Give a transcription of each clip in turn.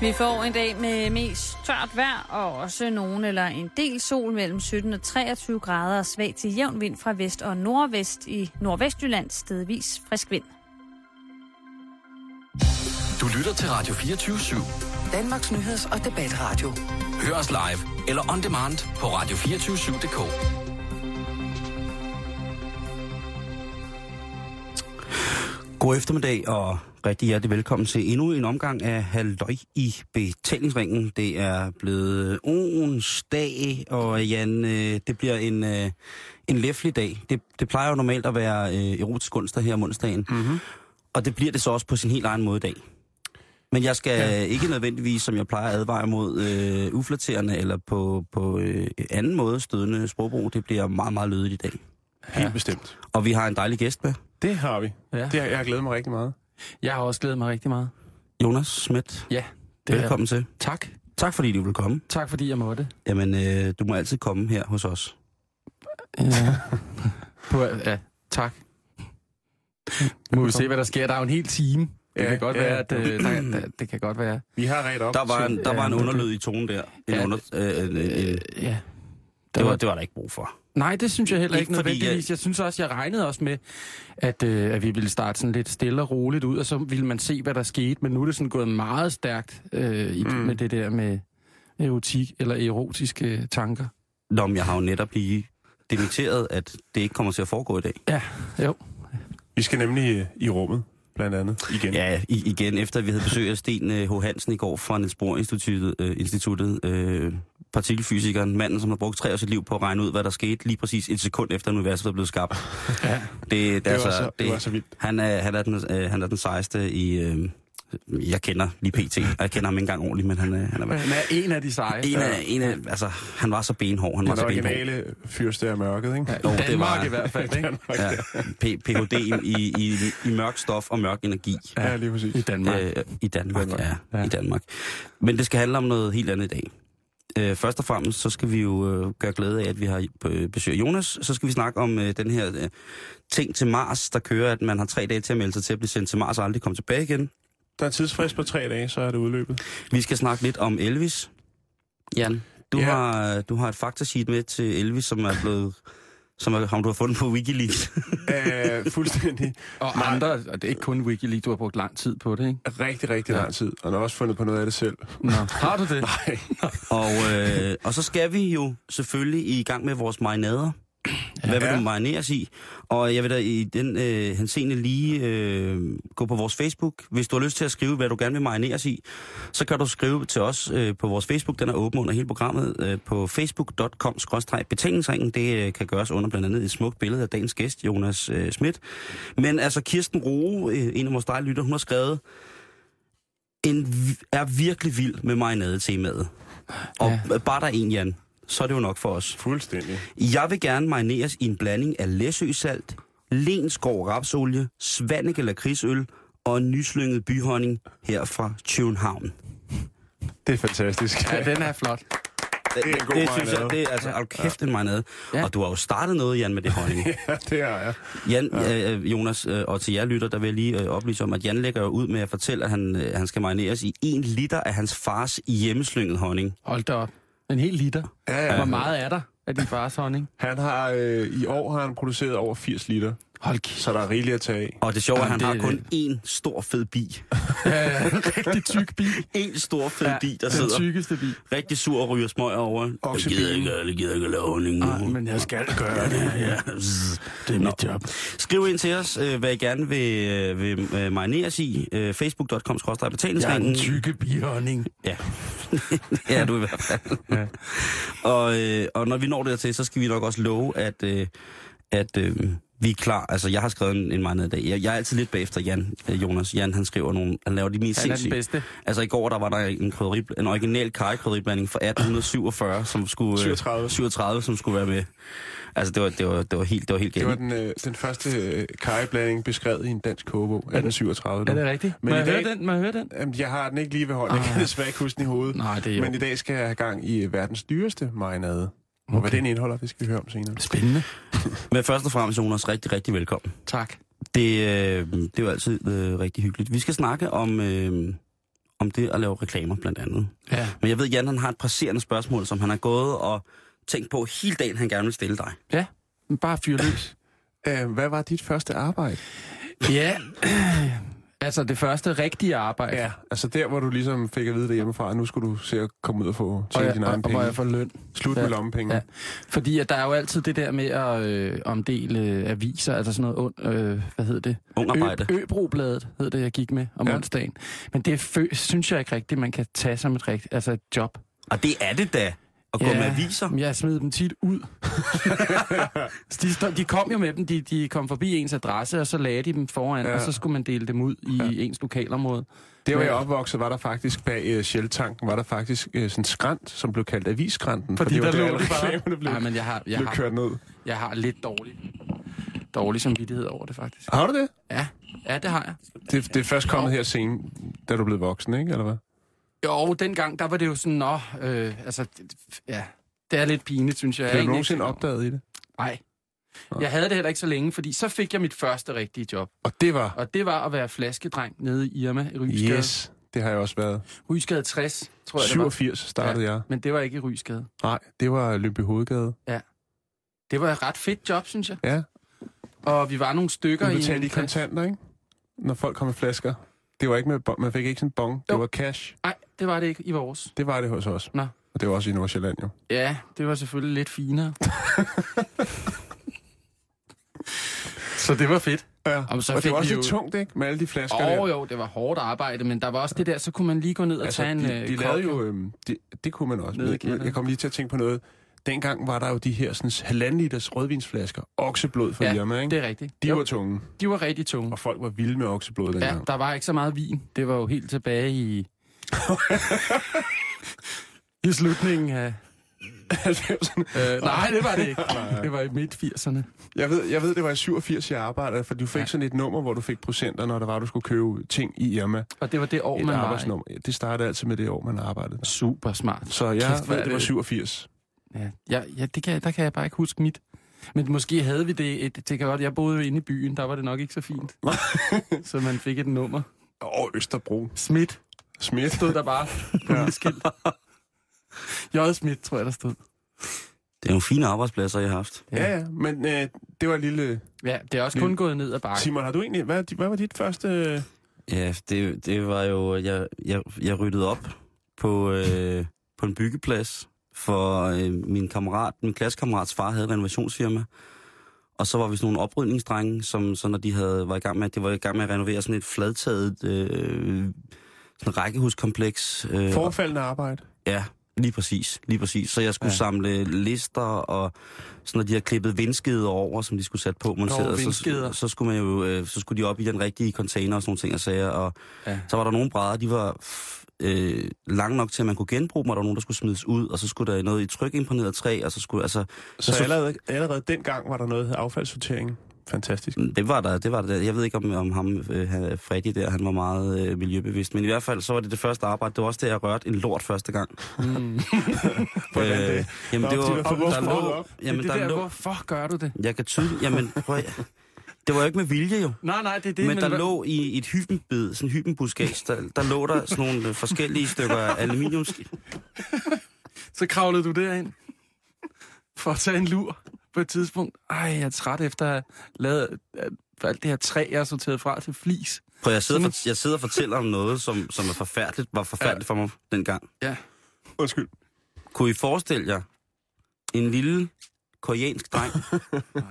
Vi får en dag med mest tørt vejr og også nogen eller en del sol mellem 17 og 23 grader og svag til jævn vind fra vest og nordvest i Nordvestjylland stedvis frisk vind. Du lytter til Radio 24 /7. Danmarks Nyheds- og Debatradio. Hør os live eller on demand på radio247.dk. God eftermiddag og rigtig hjertelig velkommen til endnu en omgang af Halløj i betalingsringen. Det er blevet onsdag, og Jan, øh, det bliver en, øh, en læflig dag. Det, det plejer jo normalt at være øh, erotisk onsdag her om onsdagen, mm-hmm. og det bliver det så også på sin helt egen måde i dag. Men jeg skal ja. ikke nødvendigvis, som jeg plejer, advare mod øh, uflaterende eller på, på øh, anden måde stødende sprogbrug. Det bliver meget, meget lødigt i dag. Helt bestemt. Og vi har en dejlig gæst med. Det har vi. Ja. Ja. Det har, jeg har glædet mig rigtig meget. Jeg har også glædet mig rigtig meget. Jonas Schmidt, Ja, det har velkommen til. jeg. Tak. Tak fordi du vil komme. Tak fordi jeg måtte. Jamen, øh, du må altid komme her hos os. Ja. På, ja, tak. Nu må vi se, hvad der sker. Der er jo en hel time. Det Ja, kan godt ja. være, at øh, der, der, det kan godt være. Vi har ret op. Der var en, der var en Ja, underlyd i tonen der. En Ja, under, øh, en, en, en, Øh, ja. Der det, var, det var der ikke brug for. Nej, det synes jeg heller Ikke ikke, fordi, nødvendigvis. Jeg... synes også, jeg regnede også med, at, øh, at vi ville starte sådan lidt stille og roligt ud, og så ville man se, hvad der skete. Men nu er det sådan gået meget stærkt øh, i, mm. med det der med erotik eller erotiske øh, tanker. Nå, men jeg har jo netop lige dementeret, at det ikke kommer til at foregå i dag. Ja, jo. Vi skal nemlig øh, i rummet, blandt andet, igen. Ja. Ja, i, igen, efter vi havde besøg af Sten øh, H. Hansen i går fra Niels Bohr Instituttet, øh, Instituttet øh, partikelfysikeren, manden, som har brugt tre år af sit liv på at regne ud, hvad der skete lige præcis et sekund efter, at universet er blevet skabt. Ja. Det, det, det, var altså, så- det var så vildt. Han er, han er, den, øh, han er den sejeste i... Øh, jeg kender lige PT. og Jeg kender ham ikke engang ordentligt, men han, øh, han er Han er en af de seje. En af, en af, altså, han var så benhård. Han var Den så benhård. originale fyrste af mørket, ikke? Ja, Jo, det Danmark det var- var... i hvert fald, ikke? Ja, P- Ph.D. i, i, i, i mørk stof og mørk energi. Ja, lige præcis. I Danmark. Øh, Øh, I Danmark, Danmark. ja, Ja. I Danmark. Men det skal handle om noget helt andet i dag. Øh, først og fremmest, så skal vi jo øh, gøre glæde af, at vi har øh, besøg af Jonas. Så skal vi snakke om øh, den her øh, ting til Mars, der kører, at man har tre dage til at melde sig til at blive sendt til Mars og aldrig komme tilbage igen. Der er en tidsfrist på tre dage, så er det udløbet. Vi skal snakke lidt om Elvis. Jan, du, Ja. har, du har et faktasheet med til Elvis, som er blevet... Som er, ham du har fundet på Wikileaks. Æh, Øh, fuldstændig. og nej. andre, og det er ikke kun Wikileaks, du har brugt lang tid på det, ikke? Rigtig, rigtig Ja. lang tid. Og han har også fundet på noget af det selv. Nå. Har du det? Nej. Og, øh, og så skal vi jo selvfølgelig i gang med vores marinader. Hvad vil Ja. du marineres i? Og jeg vil da i den øh, henseende lige øh, gå på vores Facebook. Hvis du har lyst til at skrive, hvad du gerne vil marineres i, så kan du skrive til os øh, på vores Facebook. Den er åben under hele programmet øh, på facebook.com-betalingsringen. Det øh, kan gøres under blandt andet et smukt billede af dagens gæst, Jonas øh, Schmidt. Men altså Kirsten Roe, øh, en af vores dejlige lytter, hun har skrevet, en, vi- er virkelig vild med marinade-temaet. Og ja. bare der er en, Jan, så er det jo nok for os. Fuldstændig. Jeg vil gerne marineres i en blanding af læsøsalt, lenskov rapsolie, svanneke lakridsøl og en nyslynget byhonning her fra København. Det er fantastisk. Ja, den er flot. Det er en god det synes jeg, marinade. det er altså, hold kæft en marinade. Ja. Ja. Og du har jo startet noget, Jan, med det honning. Ja, det er jeg. Jan, ja. øh, Jonas, øh, og til jer lytter, der vil jeg lige øh, oplyse om, at Jan lægger jo ud med at fortælle, at han, øh, han skal marineres i en liter af hans fars hjemmeslynget honning. Hold da op. En hel liter. Ja, ja. Hvor meget er der af din fars honning? Han har, øh, I år har han produceret over 80 liter, Hold kæft. så der er rigeligt at tage af. Og det sjove er, at han Jamen, har det- kun én stor fed bi. Ja, en rigtig tyk bi. En stor fed Ja, bi, der den sidder tykkeste bi. rigtig sur og ryger smøger over. Jeg Oksebilen. gider ikke, jeg gider ikke at lave honning nu. Nej, men jeg skal gøre det. Ja, det er mit job. Skriv ind til os, øh, hvad I gerne vil, øh, vil øh, marineres i. Øh, Facebook.com Jeg er betalingsringen. den tykke bihonning. Ja. ja, du i hvert fald. Ja. Og, øh, og når vi når dertil, så skal vi nok også love, at, øh, at øh, vi er klar. Altså, jeg har skrevet en, en meget ned i dag. Jeg, jeg er altid lidt bagefter Jan, øh, Jonas. Jan, han skriver nogle... Han laver de mest Han er den sindssyge. bedste. Altså i går, der var der en, krydderi, en original karrykrydderiblanding fra 1847, som skulle... øh, 37. 37, som skulle være med. Altså, det var, det var, det var helt, det var helt Det var galt. den, øh, den første øh, karriblanding beskrevet i en dansk kogebog, 1837. Er Ah. det rigtigt? Men Må i jeg dag- høre den? Må jeg høre den? Jamen, jeg har den ikke lige ved hånden. Jeg kan desværre ikke huske den i hovedet. Nej, det er jo- Men i dag skal jeg have gang i øh, verdens dyreste marinade. Og hvad Okay. den indeholder, det skal vi høre om senere. Spændende. Men først og fremmest, Jonas, rigtig, rigtig velkommen. Tak. Det, øh, det er jo altid øh, rigtig hyggeligt. Vi skal snakke om, øh, om om det at lave reklamer blandt andet. Ja. Men jeg ved, Jan han har et presserende spørgsmål, som han har gået og tænkt på hele dagen, han gerne vil stille dig. Ja, men bare fyr løs. Øh, hvad var dit første arbejde? ja, altså det første rigtige arbejde. Ja, altså der, hvor du ligesom fik at vide det hjemmefra, at nu skulle du se at komme ud og få Og, tjene jeg, dine og, egne og hvor penge. jeg får løn. Slut Ja. med lommepenge. Ja. Fordi at der er jo altid det der med at øh, omdele øh, aviser, altså sådan noget, ond, øh, hvad hedder det? Ung arbejde. Ø- Øbrobladet hed det, jeg gik med om Ja. ja. onsdagen. Men det fø- synes jeg ikke rigtigt, man kan tage som et rigtigt, altså et job. Og det er det da, at gå med aviser. men Jeg smed dem tit ud. Så de, stod, de kom jo med dem, de, de kom forbi ens adresse, og så lagde de dem foran, Ja. ja. og så skulle man dele dem ud i ja. ens lokalområde. Der, hvor Men- jeg opvoksede, var der faktisk bag uh, Shell-tanken, var der faktisk uh, sådan en skrant, som blev kaldt avisskrænten. Fordi det var der lå alle det bare. reklamerne blev, Nej, men jeg har, jeg blev har, kørt ned. jeg har lidt dårlig, dårlig samvittighed over det, faktisk. Har du det? Ja, ja det har jeg. Det, det er først kommet her sen, da du blev voksen, ikke? Eller hvad? Jo, dengang, der var det jo sådan, nå, øh, altså, det- det- ja, det er lidt pinligt, synes jeg. Jeg er Blev du egentlig nogensinde ikke- opdaget i det? Nej. Jeg havde det heller ikke så længe, fordi så fik jeg mit første rigtige job. Og det var... Og det var at være flaskedreng nede i Irma i Rysgade. Yes. Yes, det har jeg også været. Rysgade 60, tror jeg, det var. 87 startede jeg. Men det var ikke i Rysgade. Nej, det var Lømby Hovedgade. Det var et ret fedt job, synes jeg. Ja, Og vi var nogle stykker man i... en betalte i klasse. kontanter, ikke? Når folk kom med flasker. Det var ikke med bon. Man fik ikke sådan en bong. Jo. Det var cash. Nej, det var det ikke i vores. Det var det hos os. Nå. Og det var også i Nordsjælland, jo. Ja, det var selvfølgelig lidt finere. så det var fedt. Ja, Jamen, så og det fik var også vi lidt jo- tungt, ikke? Med alle de flasker Åh der. oh, jo, det var hårdt arbejde, men der var også det der, så kunne man lige gå ned og Altså, tage en de, øh, de kop, lavede jo... Øhm, det, det kunne man også. Nede i Men- men kælderen. Jeg kom lige til at tænke på noget. Dengang var der jo de her sådan, halvanden liters rødvinsflasker. Okseblod fra Ja, ja, Irma, ikke? Det er rigtigt. De Jo, var tunge, de var rigtig tunge. og folk var vilde med okseblod dengang. Ja, der var ikke så meget vin. Det var jo helt tilbage i... I slutningen af... 90'erne. Øh, nej, det var det ikke. Nej. Det var i midt-80'erne. Jeg ved, jeg ved, det var i 87, jeg arbejdede, for du fik Ja. ja. sådan et nummer, hvor du fik procenter, når der var, du skulle købe ting i Irma. Og det var det år, Et man var i. arbejdsnummer. Ja, Det startede altid med det år, man arbejdede. der. Super smart. Så jeg Kæft, Kæft, hvor ved, er det var det- 87. Ja, ja, ja det kan, der kan jeg bare ikke huske mit. Men måske havde vi det, et, det kan godt, jeg boede jo inde i byen, der var det nok ikke så fint. så man fik et nummer. Og Østerbro. Smidt Smidt. stod der bare på ja. mit skilt. J. Smidt, tror jeg, der stod. Det er nogle fine arbejdspladser, jeg har haft. Ja, ja, men øh, det var en lille... Ja, det er også kun gået ned ad bakken. Simon, har du egentlig... Hvad, hvad var dit første... Ja, det, det var jo... Jeg, jeg, jeg ryddede op på, øh, på en byggeplads, for øh, min kammerat, min klassekammerats far havde et renovationsfirma. Og så var vi sådan nogle oprydningsdrenge, som så når de havde, var i gang med, det var i gang med at renovere sådan et fladtaget øh, sådan rækkehuskompleks. Øh, Forfaldende arbejde. Ja, lige præcis. Lige præcis. Så jeg skulle ja. Ja. samle lister, og sådan, at de har klippet vindskeder over, som de skulle sætte på monteret. og vindskeder. så, så, skulle man jo, øh, så skulle de op i den rigtige container og sådan nogle ting og sager. Og Ja. ja. så var der nogle brædder, de var f- øh, lange nok til, at man kunne genbruge dem, og der var nogen, der skulle smides ud, og så skulle der noget i trykimprægneret træ, og så skulle, altså, Så, så- så allerede, allerede dengang var der noget der hed affaldssortering. Fantastisk. det var der, det var der. Jeg ved ikke, om, om ham, øh, han- Freddy der, han var meget øh, miljøbevidst, men i hvert fald, så var det det første arbejde, det var også det, jeg rørte en lort første gang. Øh, Mm. Hvordan det? Jamen, Nå, det var, fordi der- der, hvorfor lå, rød op? jamen, det er der det der, lå, hvorfor gør du det? Jeg kan tydeligt... Jamen, prøv at- Det var jo ikke med vilje, jo. Nej, nej, det er det. Men der hvad- lå i i et hybenbed, sådan en hybenbuskage, der, der lå der sådan nogle øh, forskellige stykker aluminium. Så kravlede du derind for at tage en lur på et tidspunkt. Ej, jeg er træt efter at have lavet at- for alt det her træ, jeg har sorteret fra til flis. Prøv, jeg sidder, for, jeg sidder og fortæller om noget, som, som er forfærdeligt, var forfærdeligt for mig dengang. Undskyld. Kunne I forestille jer en lille koreansk dreng Nej,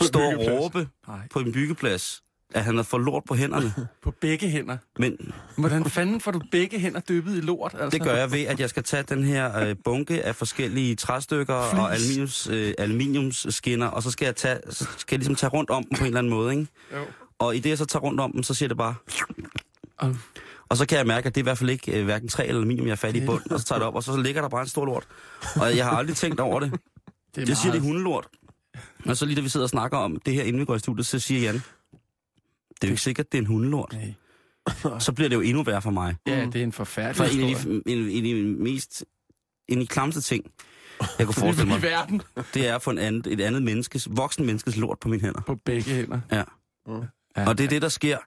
stå og byggeplads. råbe nej. på en byggeplads, at han havde fået lort på hænderne? På begge hænder. Men Hvordan fanden får du begge hænder dyppet i lort? Altså? Det gør jeg ved, at jeg skal tage den her øh, bunke af forskellige træstykker Flis. og aluminiums, øh, aluminiumsskinner, og så skal jeg, tage, så skal jeg ligesom tage rundt om dem på en eller anden måde, ikke? Jo. Og i det, jeg så tager rundt om dem, så siger det bare... Au. Og så kan jeg mærke, at det er i hvert fald ikke øh, hverken træ eller aluminium, jeg er fat i bund, og så tager jeg det op, og så ligger der bare en stor lort. Og jeg har aldrig tænkt over det. Det er Jeg siger, det er meget- hundelort. Og så lige da vi sidder og snakker om det her, inden vi går i studiet, så siger Jan, det er jo ikke sikkert, det er en hundelort. Nej. Så bliver det jo endnu værre for mig. Ja, det er en For forfærdelig en af, historie. de, en, en af de mest, en af de klamste ting, jeg kunne forestille I, mig, I verden. det er at få en anden, et andet menneskes, voksen menneskes lort på mine hænder. På begge hænder. Ja. Ja, og det er det, der sker.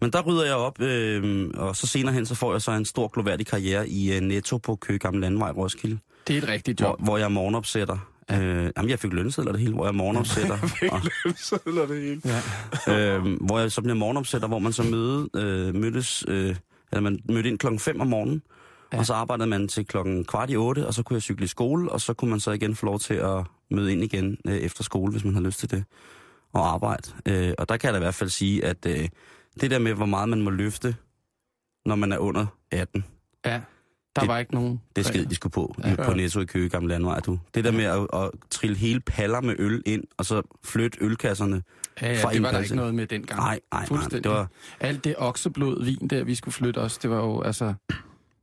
Men der rydder jeg op, øh, og så senere hen, så får jeg så en stor gloværdig karriere i øh, Netto på Køge Gamle Landvej Roskilde, Det er et rigtigt hvor, job. hvor jeg morgenopsætter. Øh, jamen, jeg fik lønsedler det hele, hvor jeg morgenopsætter. og, så eller det hele. øh, hvor jeg så bliver morgenopsætter, hvor man så møde, øh, mødtes, øh, eller man mødte ind klokken 5 om morgenen, ja. og så arbejdede man til klokken kvart i 8, og så kunne jeg cykle i skole, og så kunne man så igen få lov til at møde ind igen øh, efter skole, hvis man havde lyst til det, og arbejde. Øh, og der kan jeg da i hvert fald sige, at øh, det der med, hvor meget man må løfte, når man er under 18, Ja. Der Det- var ikke nogen... det sked de skulle på ja. på Netto i Køge Gamle Landvej, du. Det der med at, at trille hele paller med øl ind, og så flytte ølkasserne. Ja, ja, fra det en var der plads, ikke noget med dengang. Nej, nej, nej. Fuldstændig. Det var, Alt det okseblod, vin der, vi skulle flytte os, det var jo altså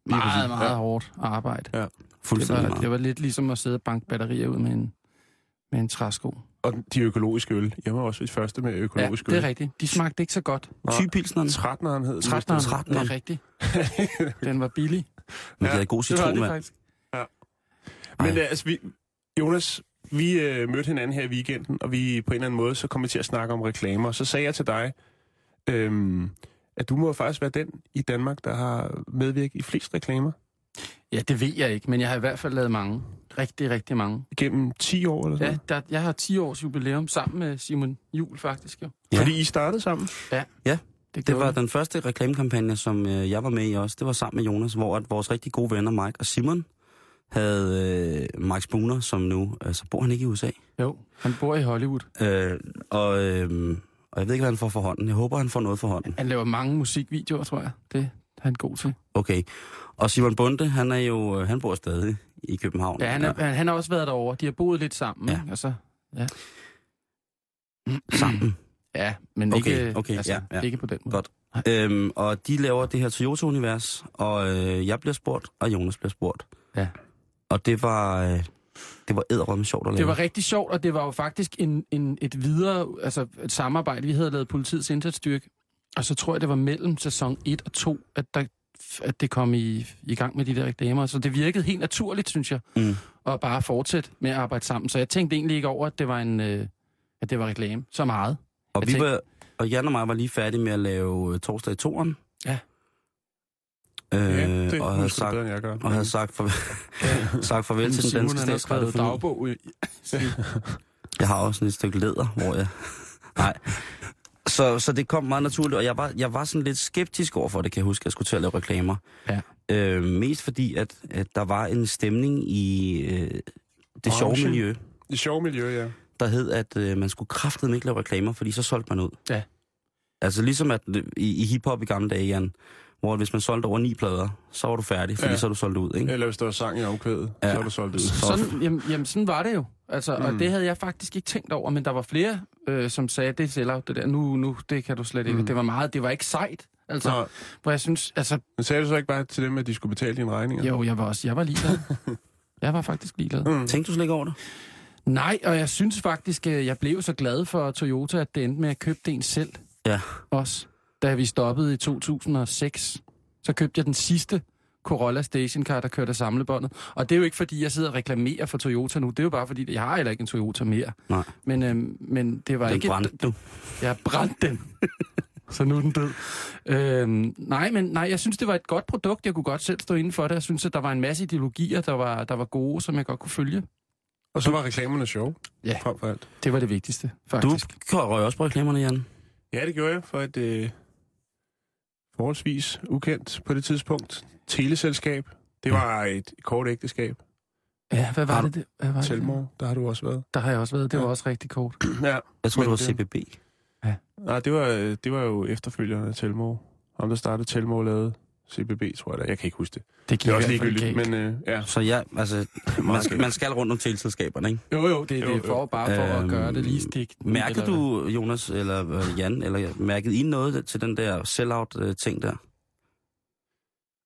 meget, meget ja. hårdt arbejde. Ja, det, Fuldstændig var, meget. det var lidt ligesom at sidde og banke batterier ud med en, med en træsko. Og de økologiske øl. Jeg var også det første med Ja, økologisk det øl. er rigtigt. De smagte ikke så godt. Typilsneren. 13'eren hed den. 13'eren, 13'eren. det er rigtigt. Den var billig. Men Ja, de havde god det var citron, det mand. faktisk. Men Ej. øh, altså, vi, Jonas, vi øh, mødte hinanden her i weekenden, og vi på en eller anden måde, så kom vi til at snakke om reklamer. Så sagde jeg til dig, øhm, at du må faktisk være den i Danmark, der har medvirket i flest reklamer Ja, det ved jeg ikke, men jeg har i hvert fald lavet mange. Rigtig, rigtig mange. gennem 10 år eller sådan Ja, noget. der, jeg har 10 års jubilæum sammen med Simon Jul faktisk jo. Ja. Fordi I startede sammen. Det gjorde var vi. den første reklamekampagne, som øh, jeg var med i også. Det var sammen med Jonas, hvor at vores rigtig gode venner Mike og Simon havde øh, Mike Spooner, som nu... Altså, bor han ikke i USA? Jo, han bor i Hollywood. Øh, og, øh, og jeg ved ikke, hvad han får for hånden. Jeg håber, han får noget for hånden. Han laver mange musikvideoer, tror jeg. Det er han god til. Okay. Og Simon Bunde, han er jo... øh, Han bor stadig i København. Ja, han, er, han, han har også været derovre. De har boet lidt sammen, Ja. ja. ikke? Og så, ja. sammen. Ja, men Okay, ikke, altså, okay, ja, ja. ikke på den måde. Godt. Øhm, og de laver det her Toyota-univers, og øh, jeg bliver spurgt, og Jonas bliver spurgt. Ja. Og det var... Øh, det var æderrømme sjovt at lave. Det var rigtig sjovt, og det var jo faktisk en, en, et videre altså et samarbejde. Vi havde lavet politiets indsatsstyrke, og så tror jeg, det var mellem sæson 1 og 2, at, der, at det kom i, i gang med de der reklamer. Så det virkede helt naturligt, synes jeg, Mm. at bare fortsætte med at arbejde sammen. Så jeg tænkte egentlig ikke over, at det var, en, øh, at det var reklame så meget. Og, Jeg vi tænkte- var, og Jan og mig var lige færdige med at lave øh, torsdag i toren. Ja. Øh, ja, det og husker havde du sagt, bedre, end jeg gør. og havde sagt, farvel, sagt farvel til den Simon, danske han har skrevet statskredifonik. dagbog i, Jeg har også sådan et stykke læder, hvor jeg... Nej. Så, så det kom meget naturligt, og jeg var, jeg var sådan lidt skeptisk overfor det, kan jeg huske, at jeg skulle til at lave reklamer. Ja. Øh, mest fordi, at, at der var en stemning i øh, det sjove Branchen. miljø, Det sjove miljø, ja. der hed, at øh, man skulle kraftedeme ikke lave reklamer, fordi så solgte man ud. Ja. Altså ligesom at øh, i, i hiphop i gamle dage, Jan, hvor hvis man solgte over ni plader, så var du færdig, fordi ja. Ja. så er du solgt ud, ikke? Eller hvis der var sang i omkvædet, Ja. så var du solgt ud. Sådan, jamen, jamen, sådan var det jo. Altså, mm. Og det havde jeg faktisk ikke tænkt over, men der var flere, øh, som sagde, det sælger det der, nu, nu, det kan du slet ikke. Mm. Det var meget, det var ikke sejt. Altså, Nå, hvor jeg synes, altså, men sagde du så ikke bare til dem, at de skulle betale dine regninger? jo, jeg var også, jeg var ligeglad. jeg var faktisk ligeglad. Mm. Tænkte du slet ikke over det? Nej, og jeg synes faktisk, øh, jeg blev så glad for Toyota, at det endte med at købe den selv. Ja. Også. Da vi stoppede i 2006, så købte jeg den sidste Corolla Stationcar, der kørte af samlebåndet. Og det er jo ikke, fordi jeg sidder og reklamerer for Toyota nu. Det er jo bare, fordi jeg har heller ikke en Toyota mere. Nej. Men, øhm, men det var Den ikke... brændte du. Jeg brændte den. så nu er den død. Øhm, nej, men nej, jeg synes, det var et godt produkt. Jeg kunne godt selv stå inden for det. Jeg synes, at der var en masse ideologier, der var, der var gode, som jeg godt kunne følge. Og så var reklamerne sjove, Ja. frem for alt. Det var det vigtigste, Du faktisk. røg også på reklamerne, Jan. Ja, det gjorde jeg for et øh, forholdsvis ukendt på det tidspunkt teleselskab. Det var et kort ægteskab. Ja, hvad var Har du- det? det? Hvad var det? Telmor, der har du også været. Der har jeg også været. Det var Ja. også rigtig kort. Ja. Jeg tror, Men det var det- CBB. Nej, det var, øh, det var jo efterfølgerne af Telmor. Ham, der startede Telmor, lavede CBB, tror jeg da. Jeg kan ikke huske det. Det er også ligegyldigt, men øh, ja. Så ja, altså, man skal, man skal rundt om teleselskaberne, ikke? Jo, jo, det, det Jo, er jo. for, bare for Øhm, at gøre det lige stik. Mærkede Eller- du, Jonas, eller øh, Jan, eller mærkede I noget til den der sell-out-ting der?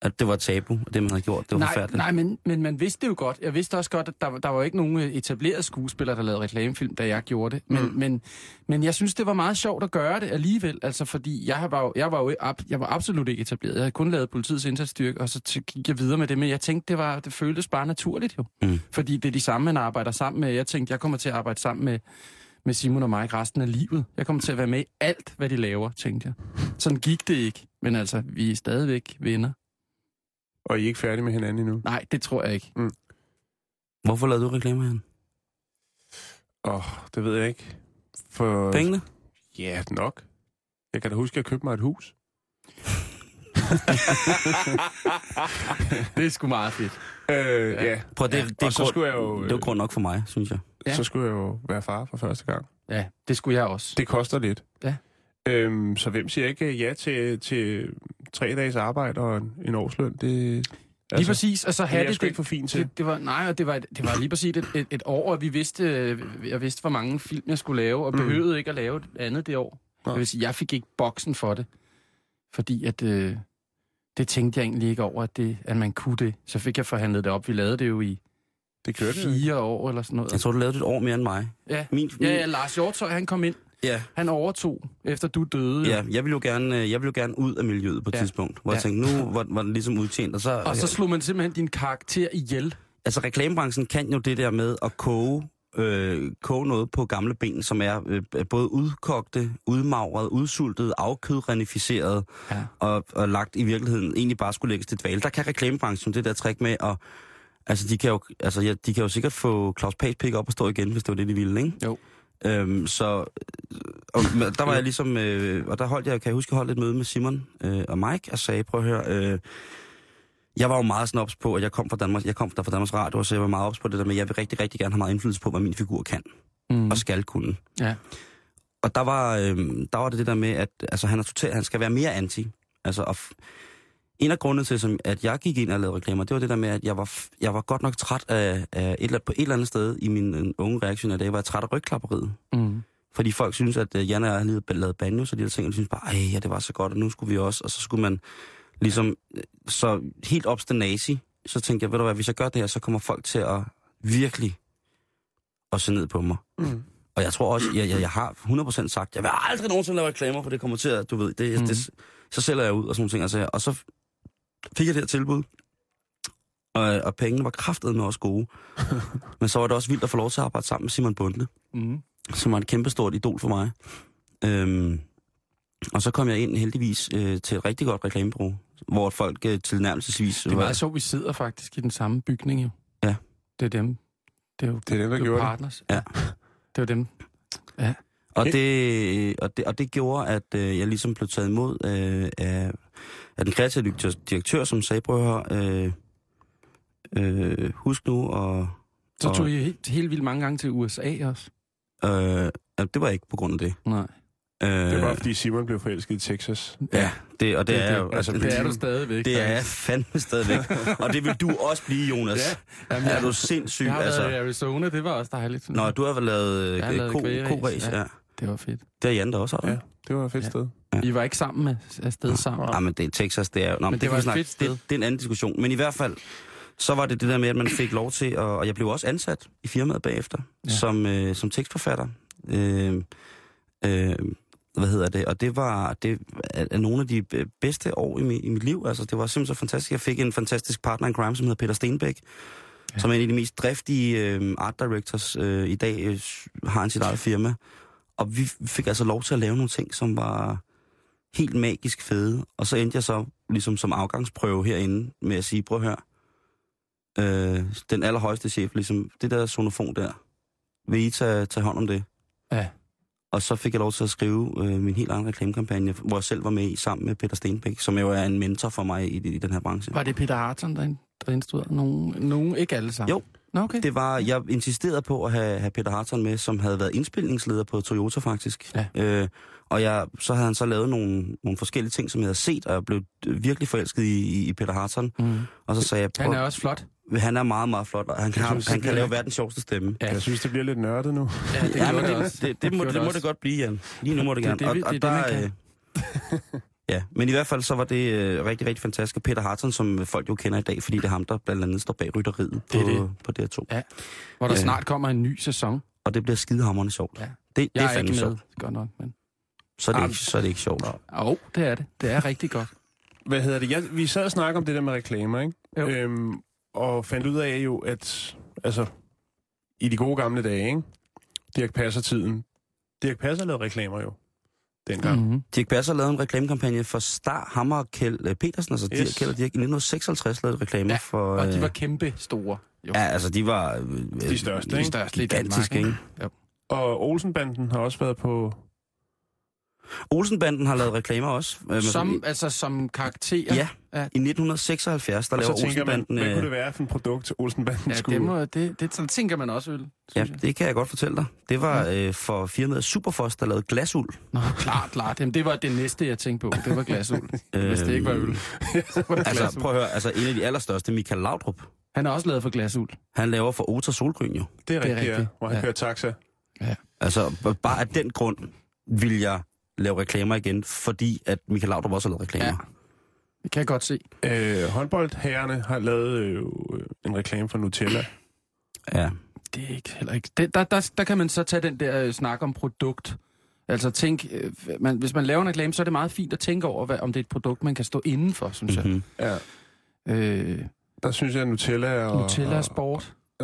At det var tabu, og det man havde gjort, det var nej, forfærdeligt. nej, men, men man vidste det jo godt. Jeg vidste også godt, at der, der var ikke nogen øh, etablerede skuespillere, der lavede reklamefilm, da jeg gjorde det. Men, mm. men, men jeg synes, det var meget sjovt at gøre det alligevel. Altså, fordi jeg var jo, jeg var jo ab, jeg var absolut ikke etableret. Jeg havde kun lavet politiets indsatsstyrke, og så t- gik jeg videre med det. Men jeg tænkte, det, var, det føltes bare naturligt jo. Mm. Fordi det er de samme, man arbejder sammen med. Jeg tænkte, jeg kommer til at arbejde sammen med med Simon og mig resten af livet. Jeg kommer til at være med i alt, hvad de laver, tænkte jeg. Sådan gik det ikke, men altså, vi er stadigvæk venner. Og I er ikke færdige med hinanden endnu. Nej, det tror jeg ikke. Hvorfor lavede du reklamer, Jan? Øh, Åh, oh, det ved jeg ikke. For... Pengene? Ja, nok. Jeg kan da huske, at jeg købte mig et hus. Det er sgu meget fedt. Øh, ja. ja. Prøv, det, Ja, det, og er så grund- skulle jeg jo, øh, Det var grund nok for mig, synes jeg. Ja. Så skulle jeg jo være far for første gang. Ja, det skulle jeg også. Det koster lidt. Ja. Øhm, så hvem siger ikke ja til, til tre dages arbejde og en, en årsløn? Det, altså, Lige præcis, og så Det er havde jeg det, sgu ikke det, for fint til. det, det var, nej, og det var, det var lige præcis et, et, et år, at vi vidste, øh, jeg vidste, hvor mange film jeg skulle lave, og Mm. behøvede ikke at lave et andet det år. Nej. Jeg vil sige, jeg fik ikke boksen for det, fordi at, øh, det tænkte jeg egentlig ikke over, at, det, at man kunne det. Så fik jeg forhandlet det op. Vi lavede det jo i Det kørte jo ikke. fire år eller sådan Jeg noget. tror, du lavede det et år mere end mig. Ja, Min, min, ja, ja Lars Hjortøj, han kom ind. ja. Han overtog, efter du døde. Ja, jeg ville jo gerne, øh, jeg ville jo gerne ud af miljøet på et Ja. ja. tidspunkt, hvor ja. Ja. jeg tænkte, nu var, var den ligesom udtjent, og så... Og så slog man simpelthen din karakter ihjel. Altså, reklamebranchen kan jo det der med at koge, øh, koge noget på gamle ben, som er øh, både udkogte, udmagret, udsultet, afkødrenificeret Ja. ja. og, og lagt i virkeligheden egentlig bare skulle lægges til dvale. Der kan reklamebranchen det der trick med at... Altså, de kan jo, altså, ja, de kan jo sikkert få Claus Pags pik op og stå igen, hvis det var det, de ville, ikke? Jo. Øhm, så og, men der var jeg ligesom, øh, og der holdt jeg, kan jeg huske, jeg holdt et møde med Simon øh, og Mike, og sagde, prøv at høre, øh, jeg var jo meget snobs på, at jeg kom fra Danmark, jeg kom der fra Danmarks Radio, så jeg var meget ops på det der med, at jeg vil rigtig, rigtig gerne have meget indflydelse på, hvad min figur kan Mm. og skal kunne. Ja. Og der var, øh, der var det det der med, at altså, han, er total, han skal være mere anti. Altså, og f- en af grundene til, som, at jeg gik ind og lavede reklamer, det var det der med, at jeg var, f- jeg var godt nok træt af, af et eller, andet- på et eller andet sted i min øh, unge reaktion af dag, var jeg træt af rygklapperiet. Mm. Fordi folk synes, at øh, Jan og jeg har lige lavet banjo, så de der ting, og de synes bare, ej, ja, det var så godt, og nu skulle vi også, og så skulle man ligesom, øh, så helt obstinazi, så tænkte jeg, ved du hvad, hvis jeg gør det her, så kommer folk til at virkelig at se ned på mig. Mm. Og jeg tror også, jeg, jeg, jeg har 100% sagt, jeg vil aldrig nogensinde lave reklamer, for det kommer til at, du ved, det, Mhm. mm. det, så sælger jeg ud og sådan nogle ting. Altså, og så fik jeg det her tilbud, og, og pengene var kraftedeme også gode. Men så var det også vildt at få lov til at arbejde sammen med Simon Bundle Mm. som var et kæmpestort idol for mig. Øhm, og så kom jeg ind heldigvis øh, til et rigtig godt reklamebureau, hvor folk øh, tilnærmelsesvis... Det altså er meget sjovt, vi sidder faktisk i den samme bygning jo. Ja. Det er dem. Det er jo, Det er dem, der det er jo gjorde det. partners. Ja. Det er jo dem. og, det, øh, og, det, og det gjorde, at øh, jeg ligesom blev taget imod øh, af, af den kreative direktør, direktør som sagde, prøv at høre, øh, øh, husk nu, og, Så Og- tog I helt, helt vildt mange gange til USA også. øh, at det var ikke på grund af det. Nej. Øh, Det var, fordi Simon blev forelsket i Texas. Ja, det, og det, Det er er det. jo... Altså, Altså, Det er du stadigvæk. det er jeg faktisk. fandme stadigvæk. og det vil du også blive, Jonas. Ja. Jamen, Ja. Er jeg, du sindssyg? altså? jeg har været i Arizona, det var også dejligt. Nå, du har vel lavet, Jeg har øh, lavet ko, kvægeræs, koræs, ja. ja. Det var fedt. Det er Jan der også, har du? Ja. Det var et fedt Ja. ja. sted. I var ikke sammen med- afsted sammen. Ja, Ah, men det er Texas, det er jo... Nå, men det, det det, var kan vi et snakke, fedt sted. det, det, er en anden diskussion. Men i hvert fald, så var det det der med, at man fik lov til, at, og jeg blev også ansat i firmaet bagefter, Ja. ja. som, øh, som tekstforfatter. Øh, øh, hvad hedder det? Og det var det er, er nogle af de øh, bedste år i, mi, i mit liv. Altså, det var simpelthen så fantastisk. Jeg fik en fantastisk partner in crime, som hedder Peter Stenbæk, Ja. ja. som er en af de mest driftige øh, art directors øh, i dag. Øh, har han sit eget firma. Og vi fik altså lov til at lave nogle ting, som var helt magisk fede. Og så endte jeg så ligesom som afgangsprøve herinde med at sige, prøv at høre, øh, den allerhøjeste chef, ligesom, det der sonofon der, vil I tage, tage hånd om det? Ja. Og så fik jeg lov til at skrive øh, min helt egen reklamekampagne, hvor jeg selv var med i sammen med Peter Stenbæk, som jo er en mentor for mig i, i den her branche. Var det Peter Harton, der, ind- der instruerede nogen? Nogen, ikke alle sammen? Jo. Nå, okay. Det var, jeg insisterede på at have, have Peter Harton med, som havde været indspilningsleder på Toyota faktisk. Ja. Øh, og jeg, så havde han så lavet nogle, nogle forskellige ting, som jeg havde set, og jeg blev virkelig forelsket i, i- i Peter Harton. Mm. Og så sagde jeg, Han er også flot. er, han er meget, meget flot, og han, kan, han, synes, han det kan bliver- lave verdens sjoveste stemme. Ja. Ja. Jeg synes, det bliver lidt nørdet nu. Ja, det, Ja, men gjorde det, det, det, må, det, må det godt blive, Jan. Lige nu må det Det er gerne. det, vi- og, og det er det, man der, kan. øh, Ja, men i hvert fald så var det øh, rigtig, rigtig fantastisk. Og Peter Harton, som folk jo kender i dag, fordi det er ham, der blandt andet står bag rytteriet Det er på, det. på DR2. Hvor der Ja. snart kommer en ny sæson. Og det bliver skidehammerende sjovt. Ja. Ja. Det, det Jeg er er fandme ikke sjovt. med, godt nok. Men... så er det, Ah, ikke, så er det ikke sjovt. Jo, oh, det er det. Det er rigtig godt. Hvad hedder det? Jeg, vi sad og snakkede om det der med reklamer, ikke? Jo. Øhm, og fandt ud af jo, at altså, i de gode gamle dage, ikke? Dirk Passer-tiden, Dirk Passer lavede reklamer jo, dengang. Mm. Mm-hmm. Dirk Passer lavede en reklamekampagne for Star, Hammer og Kjeld øh, Petersen, altså yes. Yes. Dirk, Kjeld og Dirk, i 1956 lavede reklamer Ja, for... Og de øh, var kæmpe store. Jo, Ja, altså de var... Øh, De største, de ikke? største i Danmark. gigantiske, ikke? Jo. Og Olsenbanden har også været på... Olsenbanden har lavet reklamer også. Øh, men Som, altså som karakterer. Ja, Ja. i 1976, der Og laver så tænker man, Olsenbanden... hvad kunne det øh, være for en produkt, Olsenbanden ja skulle... det, må, det, det, sådan tænker man også øl, Ja, synes jeg. Mm. det kan jeg godt fortælle dig. Det var øh, for firmaet Superfoss, der lavede glasuld. Nå, klart, klart. Jamen, det var det næste, jeg tænkte på. Det var glasuld. Hvis det ikke var øl. så var det Øh, Altså, glasuld. prøv at høre, altså en af de allerstørste, Michael Laudrup, Han er også lavet for glasuld. han laver for Ota Solgryn jo. Det er Det er rigtigt, ja. rigtigt, Hvor han ja. kører taxa. Altså, b- bare af den grund vil jeg lave reklamer igen, fordi at Michael Laudrup også har lavet reklamer. Ja. Det kan jeg godt se. Øh, håndboldherrerne har lavet øh, en reklame for Nutella. Ja. ja. Det er ikke heller ikke. Det, der, der, der kan man så tage den der øh, snak om produkt. Altså tænk, øh, man, hvis man laver en reklame, så er det meget fint at tænke over, hvad, om det er et produkt, man kan stå indenfor, synes jeg. Mm-hmm. Ja. Øh, Der synes jeg, at Nutella og... Nutella og sport.